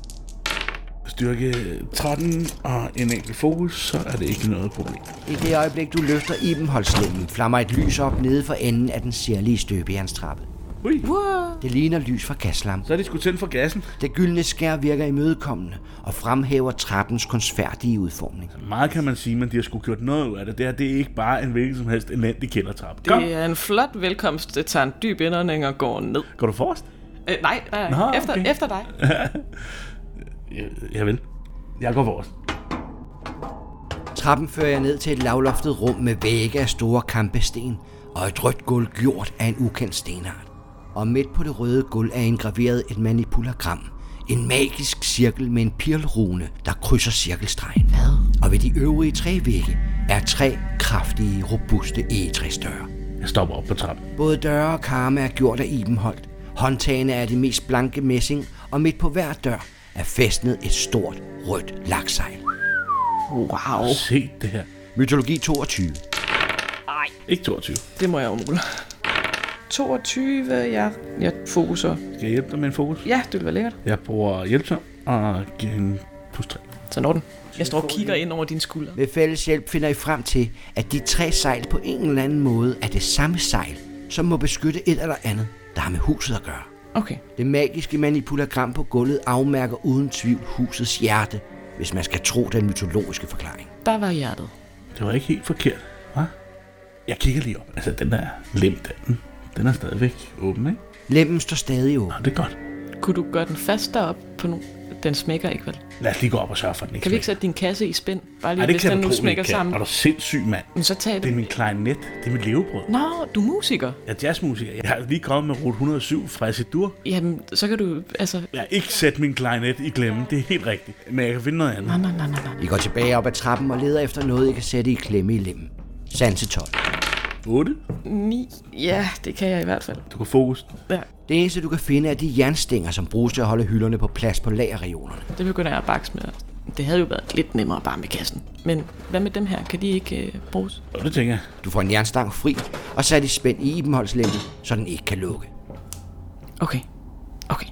B: Styrke 13 og en enkelt fokus, så er det ikke noget problem.
A: I det øjeblik, du løfter Ibenholtslemmen, flammer et lys op nede for enden af den særlige støbejernstrappe.
B: Ui.
A: Det ligner lys fra gaslampen.
B: Så er de sgu tændt for gassen.
A: Det gyldne skær virker imødekommende og fremhæver trappens kunstfærdige udformning.
B: Meget kan man sige, men de har sgu gjort noget ud af det. Det her, det er ikke bare en hvilken som helst elendig kældertrap. Kom,
C: Det er en flot velkomst. Det tager en dyb indånding og går ned.
B: går du forrest?
C: Øh, nej, nej,
B: Nå,
C: nej. Efter,
B: okay.
C: efter dig.
B: Jeg, jeg vil. Jeg går forrest.
A: Trappen fører jeg ned til et lavloftet rum med vægge af store kampesten og et rødt gulv gjort af en ukendt stenart. Og midt på det røde gulv er indgraveret et manipulagram. En magisk cirkel med en pirlrune, der krydser cirkelstregen. Hvad? Og ved de øvrige tre vægge er tre kraftige, robuste egetræsdøre.
B: Jeg stopper op på trappen.
A: Både døre og karme er gjort af Ibenholt. Håndtagene er det mest blanke messing, og midt på hver dør er fæstnet et stort rødt laksejl.
C: Wow.
B: Se det her.
A: Mytologi 22.
B: Ikke 22.
C: Det må jeg omrulle. 22, jeg, jeg fokuser.
B: Skal jeg hjælpe dig med en fokus?
C: Ja, det ville være lækkert.
B: Jeg bruger hjælpsom og giver en plus 3.
C: Så når den. Jeg står og kigger ind over dine skuldre.
A: Ved fælles hjælp finder I frem til, at de tre sejl på en eller anden måde er det samme sejl, som må beskytte et eller andet, der har med huset at gøre.
C: Okay.
A: Det magiske manipulagram på gulvet afmærker uden tvivl husets hjerte, hvis man skal tro den mytologiske forklaring.
C: Der var hjertet.
B: Det var ikke helt forkert, hva? Jeg kigger lige op. Altså, den der lem, der, den, den er stadigvæk åben, ikke?
A: Lemmen står stadig
B: Nå,
A: åben.
B: det er godt.
C: Kunne du gøre den fast deroppe på nogen? Den smækker ikke, vel?
B: Lad os lige gå op og sørge for, at den ikke
C: Kan vi ikke
B: smækker.
C: sætte din kasse i spænd? Bare lige,
B: Ej, det
C: hvis den
B: kan
C: nu smækker sammen.
B: Er du sindssyg, mand?
C: Men så tag
B: Det er
C: det.
B: min klarinet. Det er mit levebrød.
C: Nå, du er musiker.
B: Jeg er jazzmusiker. Jeg har lige kommet med Rute 107 fra Sidur.
C: Jamen, så kan du, altså...
B: Jeg har ikke sat min klarinet i klemme, det er helt rigtigt. Men jeg kan finde noget andet.
C: Nej, Ah, nej, nej, nej, nej.
A: I går tilbage op ad trappen og leder efter noget, I kan sætte i klemme i lemmen. Sanse 12.
B: 8?
C: 9. Ja, det kan jeg i hvert fald.
B: Du kan fokus.
C: Ja,
A: Det eneste, du kan finde, er de jernstænger, som bruges til at holde hylderne på plads på lagerregionerne.
C: det begynder jeg at bakse med. Det havde jo været lidt nemmere bare med kassen. Men hvad med dem her? Kan de ikke øh, bruges?
B: Og det tænker jeg.
A: Du får en jernstang fri og sat i spænd i ibenholdslængden, så den ikke kan lukke.
C: Okay. Okay.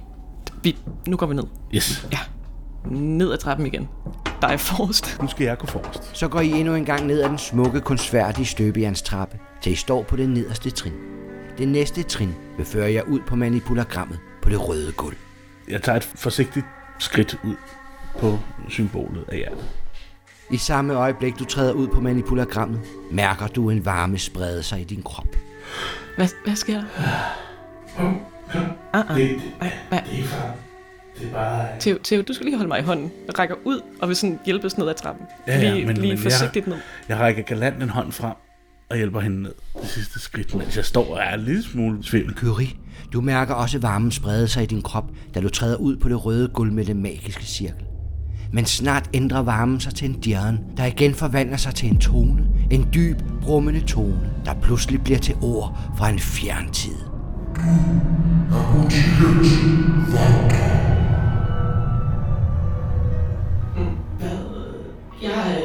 C: Vi, nu går vi ned.
B: Yes.
C: Ja. Ned ad trappen igen. Der er forrest.
B: Nu skal jeg gå forrest.
A: Så går I endnu en gang ned ad den smukke, kunstfærdige støbejernstrappe, til I står på det nederste trin. Det næste trin vil føre jer ud på manipulagrammet på det røde gulv.
B: Jeg tager et forsigtigt skridt ud på symbolet af hjertet.
A: I samme øjeblik, du træder ud på manipulagrammet, mærker du en varme sprede sig i din krop.
C: Hvad, hvad sker der? Ah, ah. Nej, nej.
B: Det er bare... Det er bare...
C: Theo, Theo, du skal lige holde mig i hånden. Jeg rækker ud og vil sådan hjælpes ned ad trappen.
B: Ja, ja,
C: lige,
B: men-
C: lige
B: men jeg-
C: forsigtigt ned.
B: Jeg rækker galant en hånd frem og hjælper hende ned. Det sidste skridt, mens jeg står og er en lille smule i tvivl.
A: Kyrie, du mærker også varmen sprede sig i din krop, da du træder ud på det røde gulv med den magiske cirkel. Men snart ændrer varmen sig til en djern, der igen forvandler sig til en tone. En dyb, brummende tone, der pludselig bliver til ord fra en fjern tid.
C: Jeg...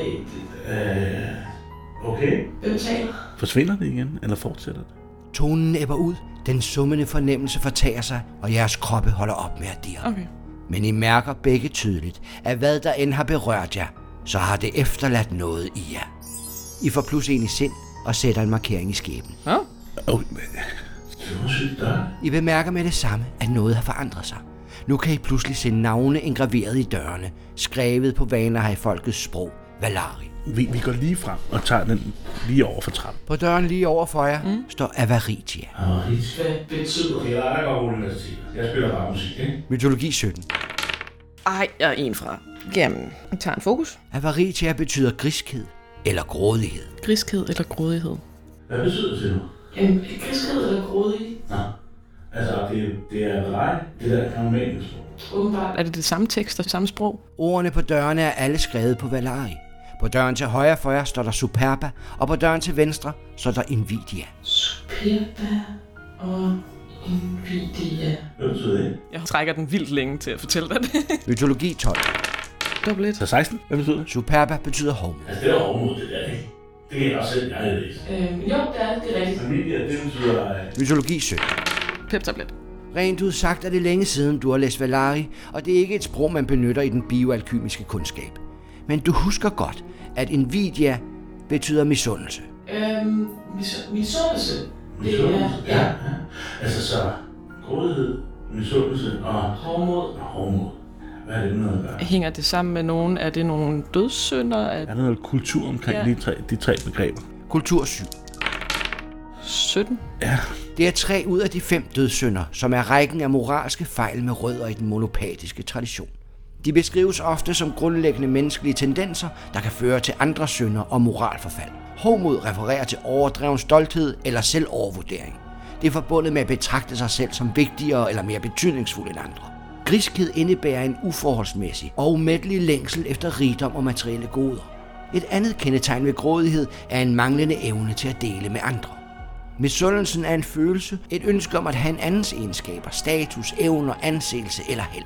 E: øh,
B: Okay.
C: Hvem taler?
B: Forsvinder det igen, eller fortsætter det?
A: Tonen æbber ud, den summende fornemmelse fortager sig, og jeres kroppe holder op med at dirre.
C: Okay.
A: Men I mærker begge tydeligt, at hvad der end har berørt jer, så har det efterladt noget i jer. I får plus en i sind og sætter en markering i skæben.
C: Nå?
B: Okay. men-
A: I bemærker med det samme, at noget har forandret sig. Nu kan I pludselig se navne engraveret i dørene, skrevet på vaner her i folkets sprog, Valari.
B: Vi, vi går lige frem og tager den lige over for trappen.
A: På døren lige over for jer mm. står Avaritia,
F: Hvad betyder det?
B: Jeg er der over universitetet. Jeg spiller bare musik, ikke?
A: mytologi 17.
C: Ej, jeg er en fra. Jamen, jeg tager en fokus.
A: Avaritia betyder griskhed eller grådighed.
C: Griskhed eller grådighed?
B: Hvad betyder det nu?
C: Jamen, griskhed eller grådighed?
B: Nå. Altså, det, det er dig, det der kan man
C: Åbenbart. Er det det samme tekst og det samme sprog?
A: Ordene på dørene er alle skrevet på Valari. På døren til højre for jer står der Superba, og på døren til venstre står der Invidia.
E: Pirba og Nvidia.
B: Hvad betyder det?
C: Jeg trækker den vildt længe til at fortælle dig det.
A: Mytologi 12.
C: Dobbelt
B: Så 16? Hvad betyder det?
A: Superba betyder hoved.
B: Altså, det er overmod, det der, ikke? Det kan jeg også selv, jeg har læst.
E: Øhm, jo, der er det er rigtigt.
B: Familie, det betyder...
A: Mytologi 17.
C: pep-tablet.
A: Rent ud sagt er det længe siden, du har læst Valari, og det er ikke et sprog, man benytter i den bioalkymiske kundskab. Men du husker godt, at Nvidia betyder misundelse.
E: Øhm, mis- misundelse. Det er
B: Ja. ja. Altså, så godhed, misundelse og
E: hårdmod.
B: hårdmod. Hvad er det noget at gøre?
C: Hænger det sammen med nogen? Er det nogle dødssynder? Er
B: Er
C: det
B: der noget kultur omkring
C: Ja.
B: de, tre, de tre begreber?
A: Kultur 7.
C: 17?
A: Det er tre ud af de fem dødssynder, som er rækken af moralske fejl med rødder i den monopatiske tradition. De beskrives ofte som grundlæggende menneskelige tendenser, der kan føre til andre synder og moralforfald. Hovmod refererer til overdreven stolthed eller selvovervurdering. Det er forbundet med at betragte sig selv som vigtigere eller mere betydningsfuld end andre. Griskhed indebærer en uforholdsmæssig og umættelig længsel efter rigdom og materielle goder. Et andet kendetegn ved grådighed er en manglende evne til at dele med andre. Misundelsen er en følelse, et ønske om at have en andens egenskaber, status, evner, anseelse eller held.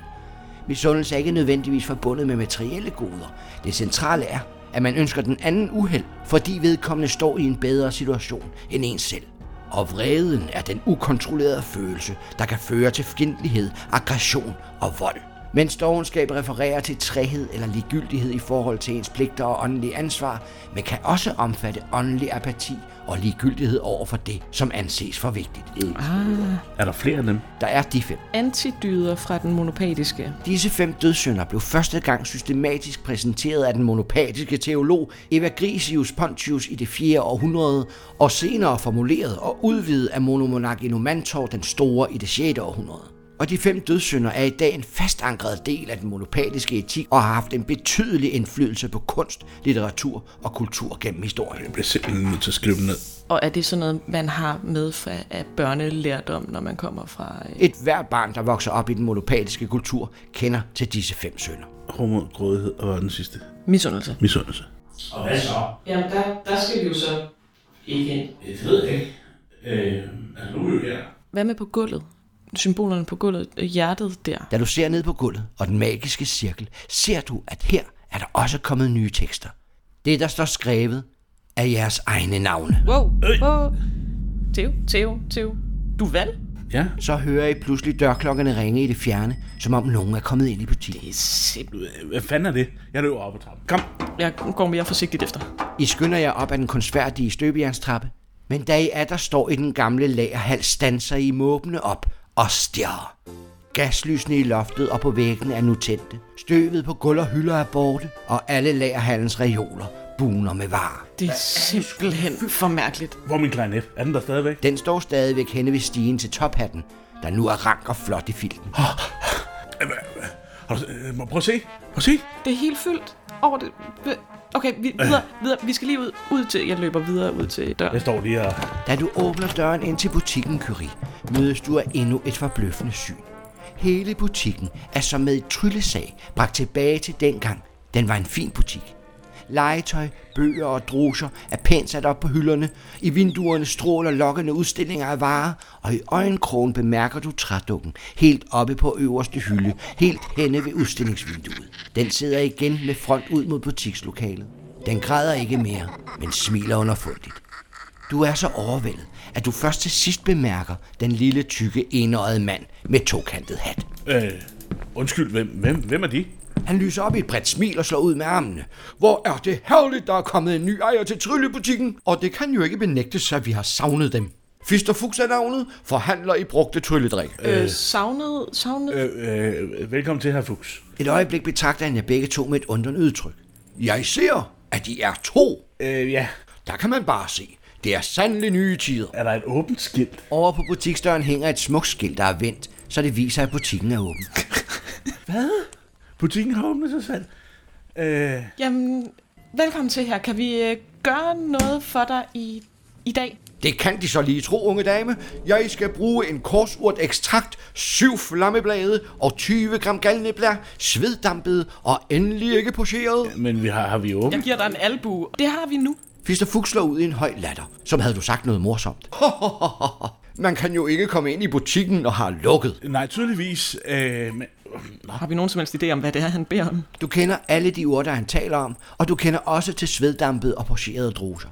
A: Misundelse er ikke nødvendigvis forbundet med materielle goder. Det centrale er, at man ønsker den anden uheld, fordi vedkommende står i en bedre situation end en selv. Og vreden er den ukontrollerede følelse, der kan føre til fjendtlighed, aggression og vold. Mens dogenskab refererer til træhed eller ligegyldighed i forhold til ens pligter og åndelige ansvar, men kan også omfatte åndelig apati og ligegyldighed over for det, som anses for vigtigt.
B: Er der flere af dem?
A: Der er de fem.
C: Antidyder fra den monopatiske.
A: Disse fem dødssynder blev første gang systematisk præsenteret af den monopatiske teolog Evagrisius Pontius i det 4. århundrede, og senere formuleret og udvidet af monomonark Enomantor den Store i det 6. århundrede. Og de fem dødssynder er i dag en fastankret del af den monopatiske etik og har haft en betydelig indflydelse på kunst, litteratur og kultur gennem historien.
B: Jeg bliver simpelthen nødt til at skrive dem ned.
C: Og er det sådan noget, man har med fra, af børnelærdom, når man kommer fra... Øh...
A: Et hvert barn, der vokser op i den monopatiske kultur, kender til disse fem synder.
B: Hårdmod, grådighed og hvad var den sidste?
C: Misundelse.
B: Misundelse.
F: Og hvad så?
E: Jamen, der, der skal vi jo så Ikke
B: Det ved jeg ikke. Øh, altså, nu er vi jo her.
C: Hvad med på gulvet? Symbolerne på gulvet, øh, hjertet der.
A: Da du ser ned på gulvet og den magiske cirkel, ser du, at her er der også kommet nye tekster. Det, der står skrevet, er jeres egne navne.
C: Wow, wow. Theo, Theo, Theo. Du valg?
B: Ja,
A: Så hører I pludselig dørklokkerne ringe i det fjerne, som om nogen er kommet ind i butikken.
C: Det er simpelthen...
B: Øh, hvad fanden er det? Jeg løber op ad trappen. Kom!
C: Jeg går mere forsigtigt efter.
A: I skynder jer op ad den konstfærdige støbejernstrappe, men da I er der står i den gamle lagerhal, stanser I måbende op og stjerrer. Gaslysene i loftet og på væggen er nu tændte. Støvet på gulv og hylder er borte, og alle lagerhallens reoler buner med varer.
C: Det er simpelthen for mærkeligt.
B: Hvor er min klarinet? Er den der stadigvæk?
A: Den står stadigvæk henne ved stigen til tophatten, der nu er rank og flot i filten.
B: Øh, hvad- hvad? Har du, øh, må- prøv at se. Prøv at se.
C: Det er helt fyldt over det. Okay, vi, videre, videre. vi skal lige ud, ud til... Jeg løber videre ud til døren.
B: Jeg står lige og...
A: Da du åbner døren ind til butikken Curie, mødes du af endnu et forbløffende syn. Hele butikken er som med et tryllesag bragt tilbage til dengang. Den var en fin butik. Legetøj, bøger og droger er pænt sat op på hylderne. I vinduerne stråler lokkende udstillinger af varer, og i øjenkrogen bemærker du trædukken helt oppe på øverste hylde, helt henne ved udstillingsvinduet. Den sidder igen med front ud mod butikslokalet. Den græder ikke mere, men smiler underfundigt. Du er så overvældet, at du først til sidst bemærker den lille, tykke, enøjede mand med tokantet hat.
B: Øh, undskyld, hvem, hvem, hvem er de?
A: Han lyser op i et bredt smil og slår ud med armene. Hvor er det herligt, der er kommet en ny ejer til tryllebutikken, og det kan jo ikke benægtes, at vi har savnet dem. Fist og Fuchs er navnet, forhandler i brugte trylledrik.
C: Øh, savnet, savnet...
B: Øh, øh, velkommen til, herr Fuchs.
A: Et øjeblik betragter han jer begge to med et undrende udtryk. Jeg ser, at de er to.
B: Øh, ja.
A: Der kan man bare se. Det er sandelig nye tider.
B: Er der et åbent skilt?
A: Over på butiksdøren hænger et smukt skilt, der er vendt, så det viser, at butikken er åben.
B: Butikken har åbnet sig selv. Øh,
C: Jamen, velkommen til her. Kan vi øh, gøre noget for dig i, i dag?
A: Det kan de så lige tro, unge dame. Jeg skal bruge en korsurt ekstrakt, syv flammeblade og 20 gram galnebler, sveddampet og endelig ikke pocheret.
B: men vi har, har vi åbent?
C: Jeg giver dig en albu. Det har vi nu.
A: Fister Fuchs slår ud i en høj latter, som havde du sagt noget morsomt. [LAUGHS] Man kan jo ikke komme ind i butikken og har lukket.
B: Nej, tydeligvis. Øh, men,
C: Har vi nogen som helst idé om, hvad det er, han beder om?
A: Du kender alle de urter, han taler om, og du kender også til sveddampet og pocherede druser.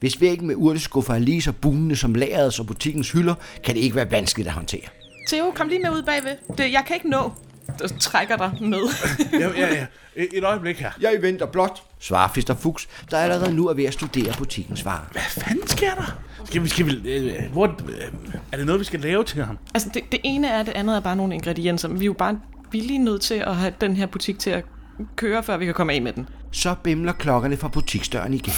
A: Hvis væggen med urteskuffer er lige så bunende som lagerets og butikkens hylder, kan det ikke være vanskeligt at håndtere.
C: Theo, kom lige med ud bagved. Det, jeg kan ikke nå. Jeg trækker dig med.
B: ja, ja, ja. E-, Et, et øjeblik her.
A: Jeg venter blot, svarer Fister Fuchs, der allerede nu er ved at studere butikkens varer.
B: Hvad fanden sker der? Skal vi, skal vi, øh, hvor, øh, er det noget, vi skal lave til ham?
C: [LAUGHS] altså, det, det ene er, det andet er bare nogle ingredienser. Men vi er jo bare vi er lige nødt til at have den her butik til at køre, før vi kan komme af med den.
A: Så bimler klokkerne fra butiksdøren igen.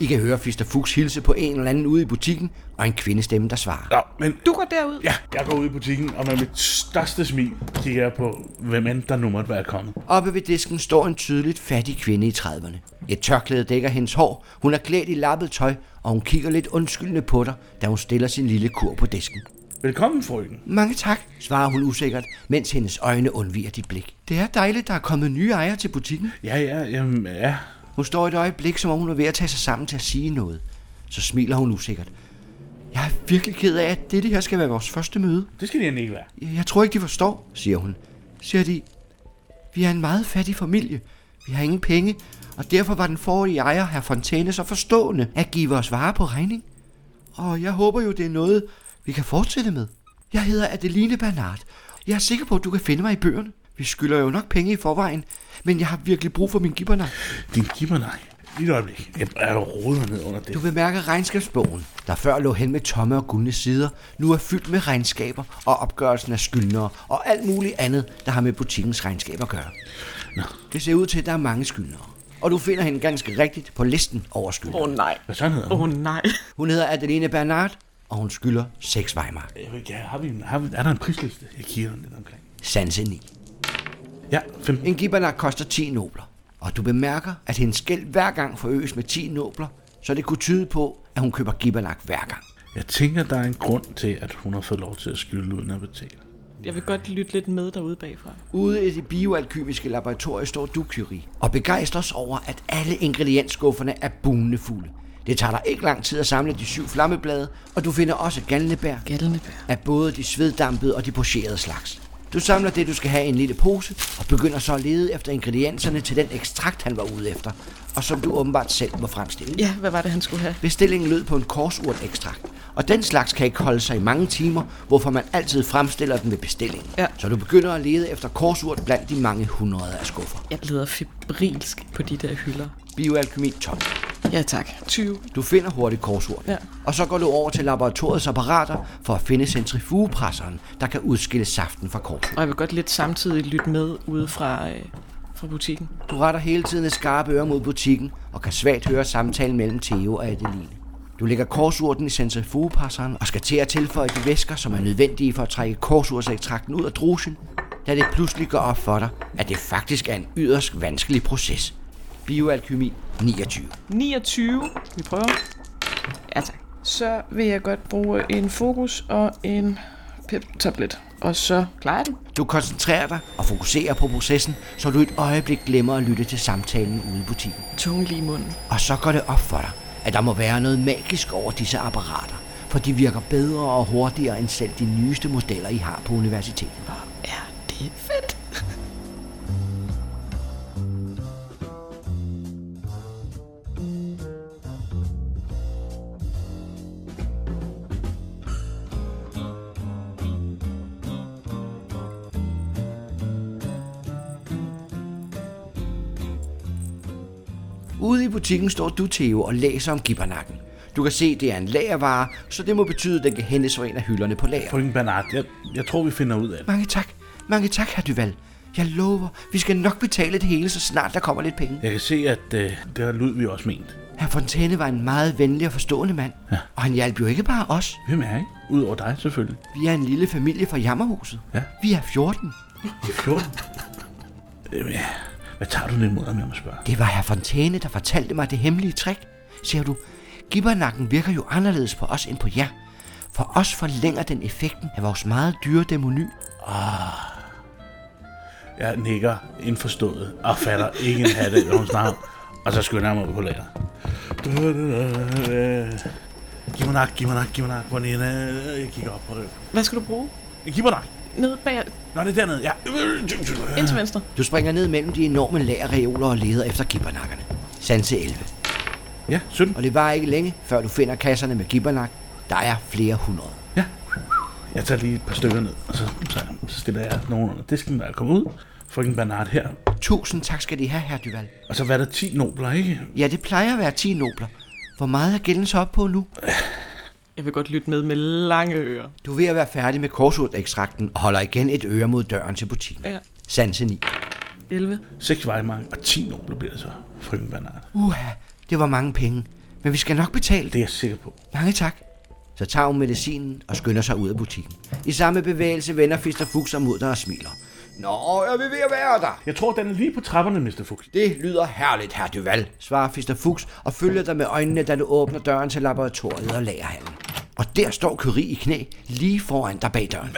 A: I kan høre Fister Fuchs hilse på en eller anden ude i butikken, og en kvindestemme, der svarer.
B: Nå, men
C: Du går derud.
B: ja, jeg går ud i butikken, og med mit største smil kigger jeg på, hvem end der nu måtte være kommet.
A: Oppe ved disken står en tydeligt fattig kvinde i 30'erne. Et tørklæde dækker hendes hår, hun er klædt i lappet tøj, og hun kigger lidt undskyldende på dig, da hun stiller sin lille kur på disken.
B: Velkommen, frøken.
A: Mange tak, svarer hun usikkert, mens hendes øjne undviger dit blik. Det er dejligt, der er kommet nye ejere til butikken.
B: Ja, ja, jamen, ja.
A: Hun står et øjeblik, som om hun er ved at tage sig sammen til at sige noget. Så smiler hun usikkert. Jeg er virkelig ked af, at dette her skal være vores første møde.
B: Det skal det endelig ikke være.
A: Jeg tror ikke, de forstår, siger hun. Siger de, vi er en meget fattig familie. Vi har ingen penge, og derfor var den forrige ejer, herr Fontaine, så forstående at give os varer på regning. Og jeg håber jo, det er noget, vi kan fortsætte med. Jeg hedder Adeline Bernard. Jeg er sikker på, at du kan finde mig i bøgerne. Vi skylder jo nok penge i forvejen, men jeg har virkelig brug for min gibbernak.
B: Din gibber, nej. Lige et øjeblik. Jeg er roder ned under det.
A: Du bemærker regnskabsbogen, der før lå hen med tomme og guldne sider, nu er fyldt med regnskaber og opgørelsen af skyldnere og alt muligt andet, der har med butikkens regnskab at gøre.
B: Nå.
A: Det ser ud til, at der er mange skyldnere. Og du finder hende ganske rigtigt på listen over skyldnere.
C: Åh oh, nej.
B: Hvad sådan hedder
C: Åh
B: hun?
C: oh, nej.
A: Hun hedder Adeline Bernard, og hun skylder 6 Weimar.
B: Øh, Ja, har vi, en- har vi, er der en prisliste? Jeg kigger den lidt omkring.
A: Sanse 9.
B: Ja, 15.
A: En gibbernak koster 10 nobler, og du bemærker, at hendes gæld hver gang forøges med 10 nobler, så det kunne tyde på, at hun køber gibbernak hver gang.
B: Jeg tænker, der er en grund til, at hun har fået lov til at skylde uden at betale.
C: Jeg vil godt lytte lidt med derude bagfra.
A: Ude i det bioalkymiske laboratorium står du, Curie, og begejstres over, at alle ingredienskufferne er bunende fulde. Det tager dig ikke lang tid at samle de syv flammeblade, og du finder også galnebær
C: Galnebær.
A: af både de sveddampede og de pocherede slags. Du samler det, du skal have i en lille pose, og begynder så at lede efter ingredienserne til den ekstrakt, han var ude efter, og som du åbenbart selv må fremstille.
C: Ja, hvad var det, han skulle have?
A: Bestillingen lød på en korsurt ekstrakt, og den slags kan ikke holde sig i mange timer, hvorfor man altid fremstiller den ved bestillingen.
C: Ja.
A: Så du begynder at lede efter korsurt blandt de mange hundrede af skuffer.
C: Jeg leder febrilsk på de der hylder.
A: Bioalkemi 12.
C: Ja, tak. 20.
A: Du finder hurtigt korsordet,
C: Ja.
A: og så går du over til laboratoriets apparater for at finde centrifugepresseren, der kan udskille saften fra korsordet.
C: Og jeg vil godt lidt samtidig lytte med ude fra, øh, fra butikken.
A: Du retter hele tiden et skarpe øre mod butikken og kan svagt høre samtalen mellem Theo og Adeline. Du lægger korsorten i centrifugepresseren og skal til at tilføje de væsker, som er nødvendige for at trække korsorsekstrakten ud af drusjen, da det pludselig går op for dig, at det faktisk er en yderst vanskelig proces. Bioalkemi 29.
C: 29. Vi prøver. Ja, tak. Så vil jeg godt bruge en fokus og en pep-tablet. Og så klarer jeg det.
A: Du koncentrerer dig og fokuserer på processen, så du et øjeblik glemmer at lytte til samtalen ude i butikken.
C: Tungen lige i munden.
A: Og så går det op for dig, at der må være noget magisk over disse apparater, for de virker bedre og hurtigere end selv de nyeste modeller, I har på universitetet.
C: Ja, det er fedt.
A: Ude i butikken står du, Theo, og læser om gibbernakken. Du kan se, at det er en lagervare, så det må betyde, at den kan hentes fra en af hylderne på lager.
B: Frøken Bernard, jeg, jeg tror, vi finder ud af det.
A: Mange tak. Mange tak, herr Duval. Jeg lover, vi skal nok betale det hele, så snart der kommer lidt penge.
B: Jeg kan se, at øh, det har Ludvig også ment.
A: Herr Fontaine var en meget venlig og forstående mand, og han hjalp jo ikke bare os.
B: Hvem er I? Udover dig, selvfølgelig.
A: Vi er en lille familie fra Jammerhuset.
B: Ja.
A: Vi er 14.
B: Det er 14. Jamen, ja. Hvad tager du det imod, om jeg må spørge?
A: Det var herr Fontaine, der fortalte mig det hemmelige trick. Ser du, gibbernakken virker jo anderledes på os end på jer. For os forlænger den effekten af vores meget dyre dæmony.
B: Jeg nikker indforstået og fatter ikke en hat af, hvad hun snakker om. Og så skynder jeg mig ud på lager. Giv mig nak, giv mig nak, giv mig nak. Hvor er den ene? øh, Jeg kigger op på det.
C: Hvad skal du bruge?
B: Giv mig nak.
C: Nede bag,
B: Nå, det er dernede. Ja.
C: ind til venstre.
A: Du springer ned mellem de enorme lagerreoler og leder efter gibbernakkerne. Sanse 11.
B: Ja, 17.
A: Og det var ikke længe, før du finder kasserne med gibbernak. Der er flere hundrede.
B: Jeg tager lige et par stykker ned, og så, så, så stiller jeg nogen under disken, når jeg kommer ud. Frøken Bernard her.
A: Tusind tak skal de have, herr Duval.
B: Og så var der 10 nobler, ikke?
A: Ja, det plejer at være 10 nobler. Hvor meget er gælden så op på nu?
C: Jeg vil godt lytte med med lange ører.
A: Du er ved at være færdig med korsordekstrakten og holder igen et øre mod døren til butikken.
C: Ja.
A: Sanse 9.
C: 11.
B: 6 vejmark og 10 nobler bliver det så, frøken Bernard.
A: Uha, det var mange penge. Men vi skal nok betale
B: Det
A: det.
B: er jeg sikker på.
A: Mange tak. Så tager hun medicinen og skynder sig ud af butikken. I samme bevægelse vender Fister Fuchs sig mod dig og smiler. Nå, er vi ved at være der?
B: Jeg tror, den er lige på trapperne, Mr. Fuchs.
A: Det lyder herligt, herr Duval, svarer Fister Fuchs og følger dig med øjnene, da du åbner døren til laboratoriet og lagerhallen. Og der står Curie i knæ lige foran dig bag døren.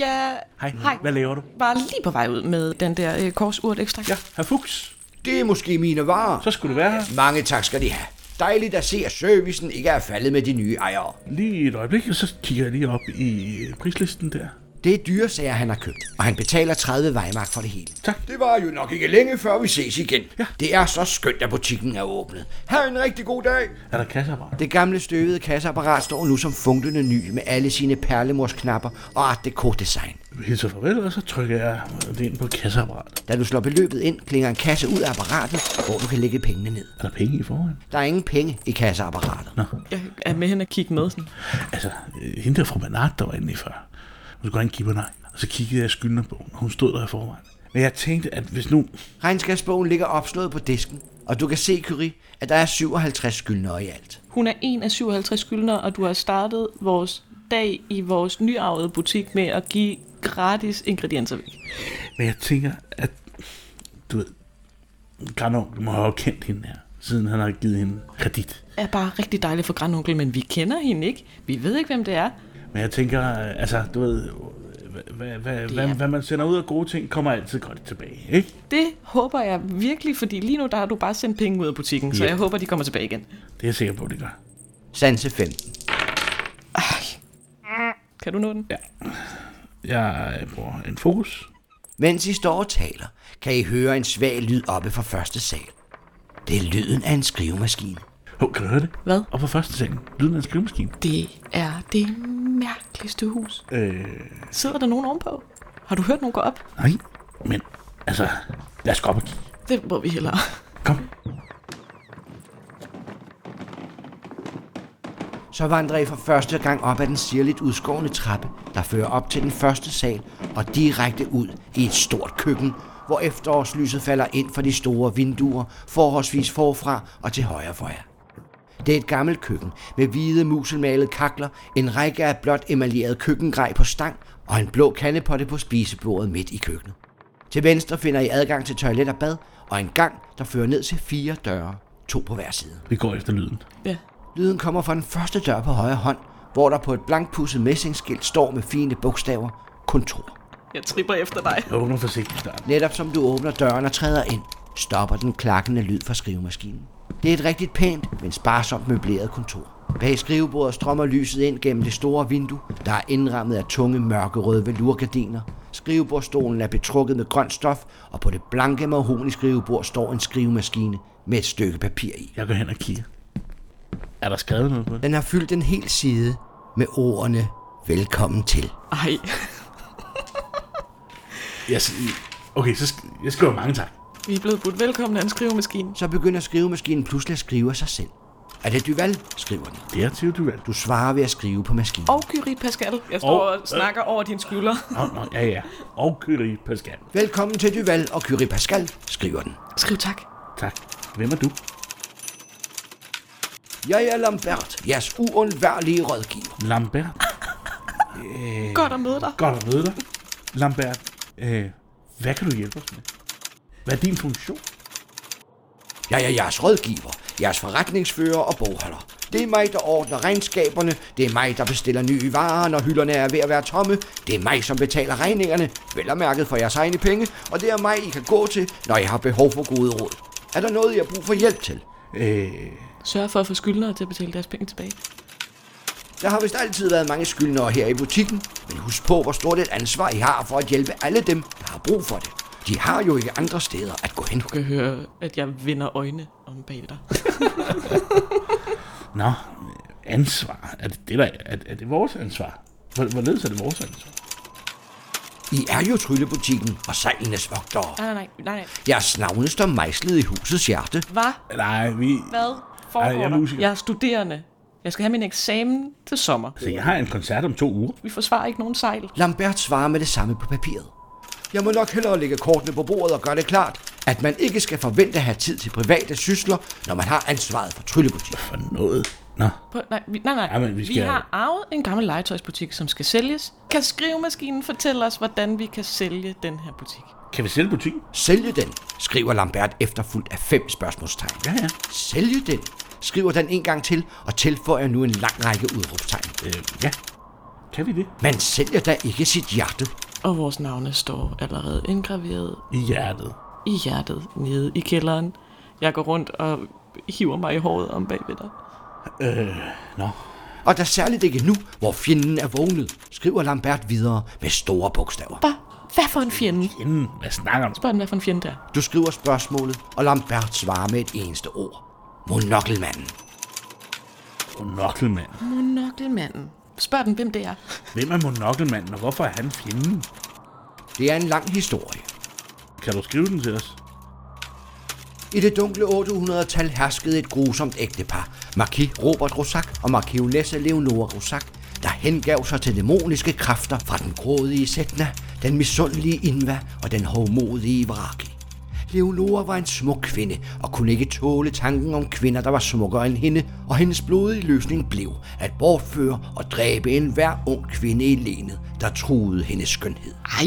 C: Ja,
B: Hej, Hej. hvad laver du?
C: var lige på vej ud med den der øh, korsurt ekstra.
B: Ja, herr Fuchs.
A: Det er måske mine varer.
B: Så skulle du være her.
A: Mange tak skal de have. Dejligt at se, at servicen ikke er faldet med de nye ejere.
B: Lige et øjeblik, og så kigger jeg lige op i prislisten der.
A: Det er dyresager, han har købt, og han betaler 30 vejmark for det hele.
B: Tak.
A: Det var jo nok ikke længe, før vi ses igen. Ja. Det er så skønt, at butikken er åbnet. Ha' en rigtig god dag.
B: Er der kasseapparat?
A: Det gamle støvede kasseapparat står nu som funklende ny med alle sine perlemorsknapper og art deco design.
B: Hilser farvel, og så trykker jeg det ind på kasseapparatet.
A: Da du slår beløbet ind, klinger en kasse ud af apparatet, hvor du kan lægge pengene ned.
B: Er der penge i forvejen?
A: Der er ingen penge i kasseapparatet. Nå.
C: Jeg er med hen og kigge med. Sådan.
B: Altså, øh, hende der fra Bernard, der var inde i før. Hun skulle have en gibbernej. Og så kiggede jeg skyldner på hende, og hun stod der i forvejen. Men jeg tænkte, at hvis nu...
A: Regnskabsbogen ligger opslået på disken, og du kan se, Curie, at der er 57 skyldnere i alt.
C: Hun er en af 57 skyldnere, og du har startet vores dag i vores nyarvede butik med at give gratis ingredienser væk.
B: Men jeg tænker, at... Du ved... Grandonkel må have kendt hende her, siden han har givet hende kredit.
C: er bare rigtig dejligt for grandonkel, men vi kender hende ikke. Vi ved ikke, hvem det er.
B: Men jeg tænker, øh, altså, du ved, hvad- hvad, hvad,
C: Det
B: hvad,
C: er-
B: hvad man sender ud af gode ting, kommer altid godt tilbage, ikke?
C: Det håber jeg virkelig, fordi lige nu der har du bare sendt penge ud af butikken, så
B: Ja.
C: jeg håber, de kommer tilbage igen.
B: Det er jeg sikker på, det gør.
A: Sanse 15.
C: Kan du nå den? Ja.
B: Jeg øh, bruger en fokus.
A: Mens I står og taler, kan I høre en svag lyd oppe fra første sal. Det er lyden af en skrivemaskine.
B: Hov, kan du høre det?
C: Hvad?
B: Og på første salen, lyden af en skrivemaskine.
C: Det er det mærkeligste hus.
B: Øh,
C: Sidder der nogen ovenpå? Har du hørt nogen gå op?
B: nej. Men, altså, lad os gå op og kigge.
C: Det må vi hellere.
B: Kom.
A: Så vandrer I for første gang op ad den sirligt udskårne trappe, der fører op til den første sal og direkte ud i et stort køkken, hvor efterårslyset falder ind fra de store vinduer, forholdsvis forfra og til højre for jer. Det er et gammelt køkken med hvide muselmalede kakler, en række af blåt emaljeret køkkengrej på stang og en blå kandepotte på spisebordet midt i køkkenet. Til venstre finder I adgang til toilet og bad og en gang, der fører ned til fire døre, to på hver side.
B: Vi går efter lyden.
C: Ja.
A: Lyden kommer fra den første dør på højre hånd, hvor der på et blankpudset messingskilt står med fine bogstaver kontor.
C: Jeg tripper efter dig.
B: Jeg åbner forsigtigt starten.
A: Netop som du åbner døren og træder ind, stopper den klakkende lyd fra skrivemaskinen. Det er et rigtig pænt, men sparsomt møbleret kontor. Bag skrivebordet strømmer lyset ind gennem det store vindue, der er indrammet af tunge mørkerøde velurgardiner. Skrivebordstolen er betrukket med grønt stof, og på det blanke mahogni skrivebord står en skrivemaskine med et stykke papir i.
B: Jeg går hen og kigger. Er der skrevet noget på det?
A: Den har fyldt en hel side med ordene Velkommen til.
C: Ej,
B: Jeg, s- okay, så sk- jeg skriver mange tak.
C: vi er blevet budt velkommen af en skrivemaskine.
A: Så begynder skrivemaskinen pludselig at skrive af sig selv. Er det Duval, skriver den.
B: Det er Theo Duval.
A: Du svarer ved at skrive på maskinen.
C: Og Kyrie Pascal, jeg står
B: Og-
C: og, snakker over dine skuldre.
B: Nå, nå, ja, ja. Og Kyrie Pascal.
A: Velkommen til Duval og Kyrie Pascal, skriver den.
C: Skriv tak.
B: Tak. Hvem er du?
A: Jeg er Lambert, jeres uundværlige rådgiver.
B: Lambert.
C: Godt at møde dig.
B: Godt at møde dig. Lambert, øh, hvad kan du hjælpe os med? Hvad er din funktion?
A: Jeg er jeres rådgiver, jeres forretningsfører og bogholder. Det er mig, der ordner regnskaberne. Det er mig, der bestiller nye varer, når hylderne er ved at være tomme. Det er mig, som betaler regningerne, vel og mærket for jeres egne penge. Og det er mig, I kan gå til, når I har behov for gode råd. Er der noget, I har brug for hjælp til?
B: Øh,
C: Sørg for at få skyldnere til at betale deres penge tilbage.
A: Der har vist altid været mange skyldnere her i butikken, men husk på, hvor stort et ansvar I har for at hjælpe alle dem, der har brug for det. De har jo ikke andre steder at gå hen.
C: Du kan høre, at jeg vender øjne om bag dig.
B: nå, ansvar. Er det, det der, er, er det vores ansvar? Hvor, hvorledes er det vores ansvar?
A: I er jo tryllebutikken og sejlenes vogtere.
C: Nej, nej, nej, nej, nej.
A: Jeres navne står mejslet i husets hjerte.
C: Hvad?
B: Nej, vi...
C: Hvad
B: Ej, jeg er
C: foregår der?
B: musiker.
C: Jeg er studerende. Jeg skal have min eksamen til sommer.
B: Så jeg har en koncert om to uger.
C: Vi forsvarer ikke nogen sejl.
A: Lambert svarer med det samme på papiret. Jeg må nok hellere lægge kortene på bordet og gøre det klart, at man ikke skal forvente at have tid til private sysler, når man har ansvaret for tryllebutikken.
B: For noget. Nå,
C: På, nej, vi, nej, nej.
B: Ja, men vi
C: vi
B: skal-
C: har arvet en gammel legetøjsbutik, som skal sælges. Kan skrivemaskinen fortælle os, hvordan vi kan sælge den her butik?
B: kan vi sælge butikken?
A: Sælge den, skriver Lambert efterfuldt af fem spørgsmålstegn.
B: Ja, ja.
A: Sælge den, skriver den en gang til og tilføjer nu en lang række udråbstegn.
B: Øh, ja. Kan vi det?
A: Man sælger da ikke sit hjerte.
C: Og vores navne står allerede indgraveret
B: I hjertet.
C: i hjertet nede i kælderen. Jeg går rundt og hiver mig i håret om bagved dig.
B: Nå,
A: Og da særligt ikke nu, hvor fjenden er vågnet, skriver Lambert videre med store bogstaver.
C: Hvad, hvad for en fjende?
B: inden, hvad snakker du?
C: Spørg den, hvad for en fjende der.
A: Du skriver spørgsmålet, og Lambert svarer med et eneste ord. Monokkelmanden.
B: Monokkelmand.
C: Monokkelmanden. Spørg den, hvem det er.
B: Hvem er monokkelmanden, og hvorfor er han fjenden?
A: Det er en lang historie.
B: Kan du skrive den til os?
A: I det dunkle 800-tal herskede et grusomt ægtepar, Marquis Robert Rosac og Marquionesse Leonora Rosac, der hengav sig til dæmoniske kræfter fra den grådige Setna, den misundelige Inva og den hovmodige Vraki. Leonora var en smuk kvinde og kunne ikke tåle tanken om kvinder, der var smukkere end hende, og hendes blodige løsning blev at bortføre og dræbe enhver ung kvinde i lenet, der truede hendes skønhed.
C: Ej,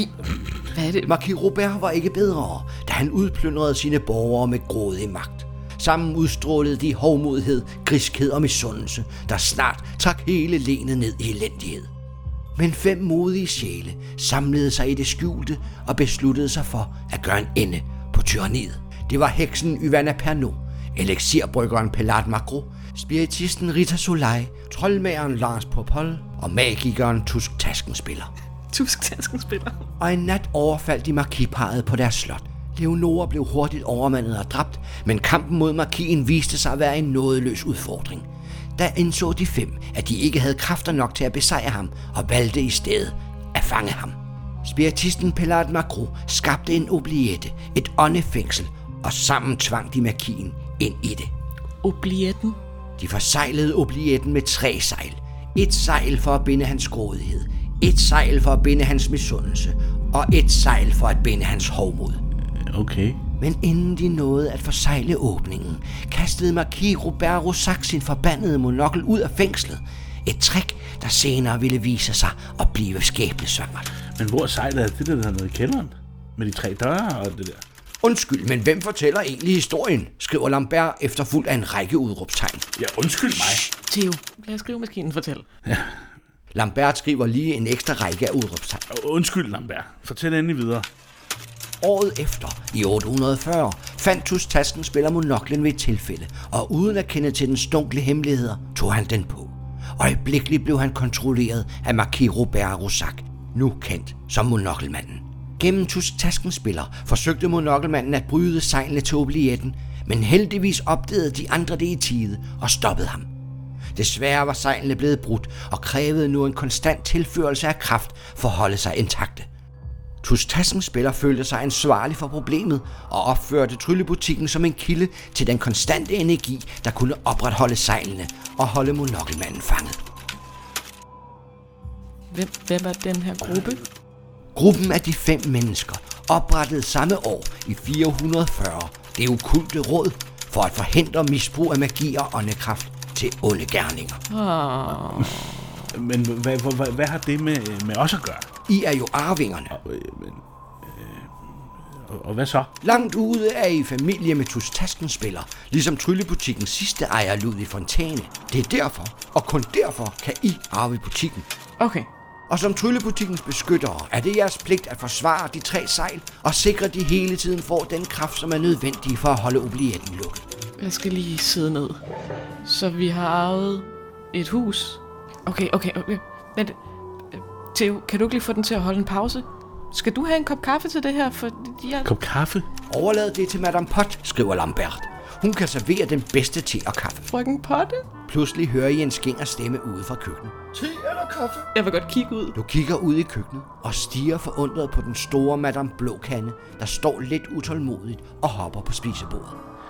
C: hvad er det?
A: Marquis Robert var ikke bedre, da han udplyndrede sine borgere med grådig magt. Sammen udstrålede de hovmodighed, griskhed og misundelse, der snart trak hele lenet ned i elendighed. Men fem modige sjæle samlede sig i det skjulte og besluttede sig for at gøre en ende på tyranniet. Det var heksen Yvana Pernod, elixirbryggeren Pelat Makro, spiritisten Rita Solaj, troldmageren Lars Popol og magikeren Tusk Taskenspiller.
C: Tusktasken spiller.
A: Og en nat overfaldt de markiparet på deres slot. Leonora blev hurtigt overmandet og dræbt, men kampen mod markien viste sig at være en nådeløs udfordring. Da indså de fem, at de ikke havde kræfter nok til at besejre ham, og valgte i stedet at fange ham. Spiritisten Pellard Macro skabte en obliette, et åndefængsel, og sammen tvang de markien ind i det.
C: Oblietten.
A: De forseglede oblietten med tre sejl. Et sejl for at binde hans grådighed, et sejl for at binde hans misundelse, og et sejl for at binde hans hovmod.
B: Øh, Okay.
A: Men inden de nåede at forsegle åbningen, kastede Marquis Robert Rosac sin forbandede monokkel ud af fængslet. Et trick, der senere ville vise sig at blive skæbnesvangert.
B: Men hvor sejt er det, der er nede i kælderen? Med de tre døre og det der.
A: Undskyld, men hvem fortæller egentlig historien? skriver Lambert efterfulgt af en række udråbstegn.
B: Ja, undskyld mig.
C: Theo. Lad skrivemaskinen fortælle.
A: Lambert skriver lige en ekstra række af udråbstegn.
B: Undskyld, Lambert. Fortæl endelig videre.
A: Året efter, i 840, fandt Tus-tasken spiller monoklen ved et tilfælde, og uden at kende til dens dunkle hemmeligheder, tog han den på. Øjeblikkeligt blev han kontrolleret af Marquis Robert Rosac, nu kendt som monokkelmanden. Gennem Tus-tasken spiller forsøgte monokkelmanden at bryde sejlene til oblietten, men heldigvis opdagede de andre det i tide og stoppede ham. Desværre var sejlene blevet brudt og krævede nu en konstant tilførelse af kraft for at holde sig intakte. Tustassen spiller følte sig ansvarlig for problemet og opførte tryllebutikken som en kilde til den konstante energi, der kunne opretholde sejlene og holde monokkelmanden fanget.
C: Hvem, hvem var den her gruppe?
A: Gruppen af de fem mennesker oprettede samme år i 440 det okulte råd for at forhindre misbrug af magi og åndekraft til onde gerninger.
C: Oh,
B: Men hvad, hvad, hvad, hvad har det med, med os at gøre?
A: I er jo arvingerne.
B: Og, øh, men, øh, og, og hvad så?
A: Langt ude er I familie med Tustastenspiller, ligesom tryllebutikkens sidste ejer Ludvig Fontane. Det er derfor, og kun derfor, kan I arve butikken.
C: okay.
A: Og som tryllebutikkens beskyttere er det jeres pligt at forsvare de tre sejl og sikre, at de hele tiden får den kraft, som er nødvendig for at holde oblietten lukket.
C: Jeg skal lige sidde ned. Så vi har arvet et hus. Okay, okay, okay. Men, øh, Theo, kan du ikke lige få den til at holde en pause? Skal du have en kop kaffe til det her? For jeg...
B: Kop kaffe?
A: Overlad det til Madame Pot, skriver Lambert. Hun kan servere den bedste te og kaffe.
C: Frøken Potte?
A: Pludselig hører I en skinger stemme ude fra køkkenet.
C: Jeg vil godt kigge ud.
A: Du kigger ud i køkkenet og stiger forundret på den store Madame Blåkande, der står lidt utålmodigt og hopper på spisebordet.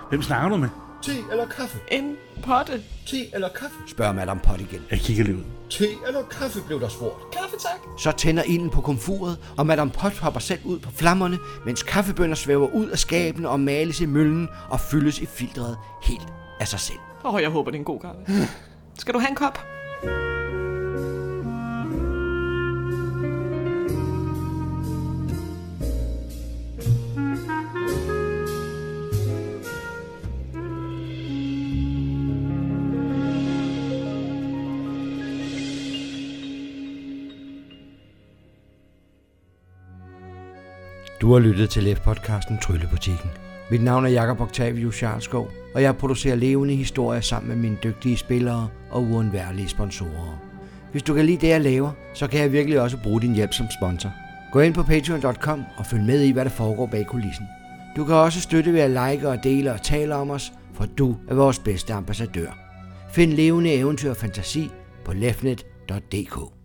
B: Hvem snakker du med?
G: Te eller kaffe?
C: En potte.
G: Te eller kaffe?
A: spørger Madame Pot igen.
B: Jeg kigger lige ud.
G: Te eller kaffe, blev der spurgt.
C: Kaffe, tak.
A: Så tænder ilden på komfuret, og Madame Pot hopper selv ud på flammerne, mens kaffebønder svæver ud af skabene og males i møllen og fyldes i filtret helt af sig selv.
C: Åh, oh, jeg håber, det er en god kaffe. skal du have en kop?
A: Du har lyttet til LEF-podcasten Tryllebutikken. Mit navn er Jakob Octavius Jarlskov, og jeg producerer levende historier sammen med mine dygtige spillere og uundværlige sponsorer. Hvis du kan lide det, jeg laver, så kan jeg virkelig også bruge din hjælp som sponsor. Gå ind på patreon.com og følg med i, hvad der foregår bag kulissen. Du kan også støtte ved at like og dele og tale om os, for du er vores bedste ambassadør. Find levende eventyr og fantasi på lefnet.dk.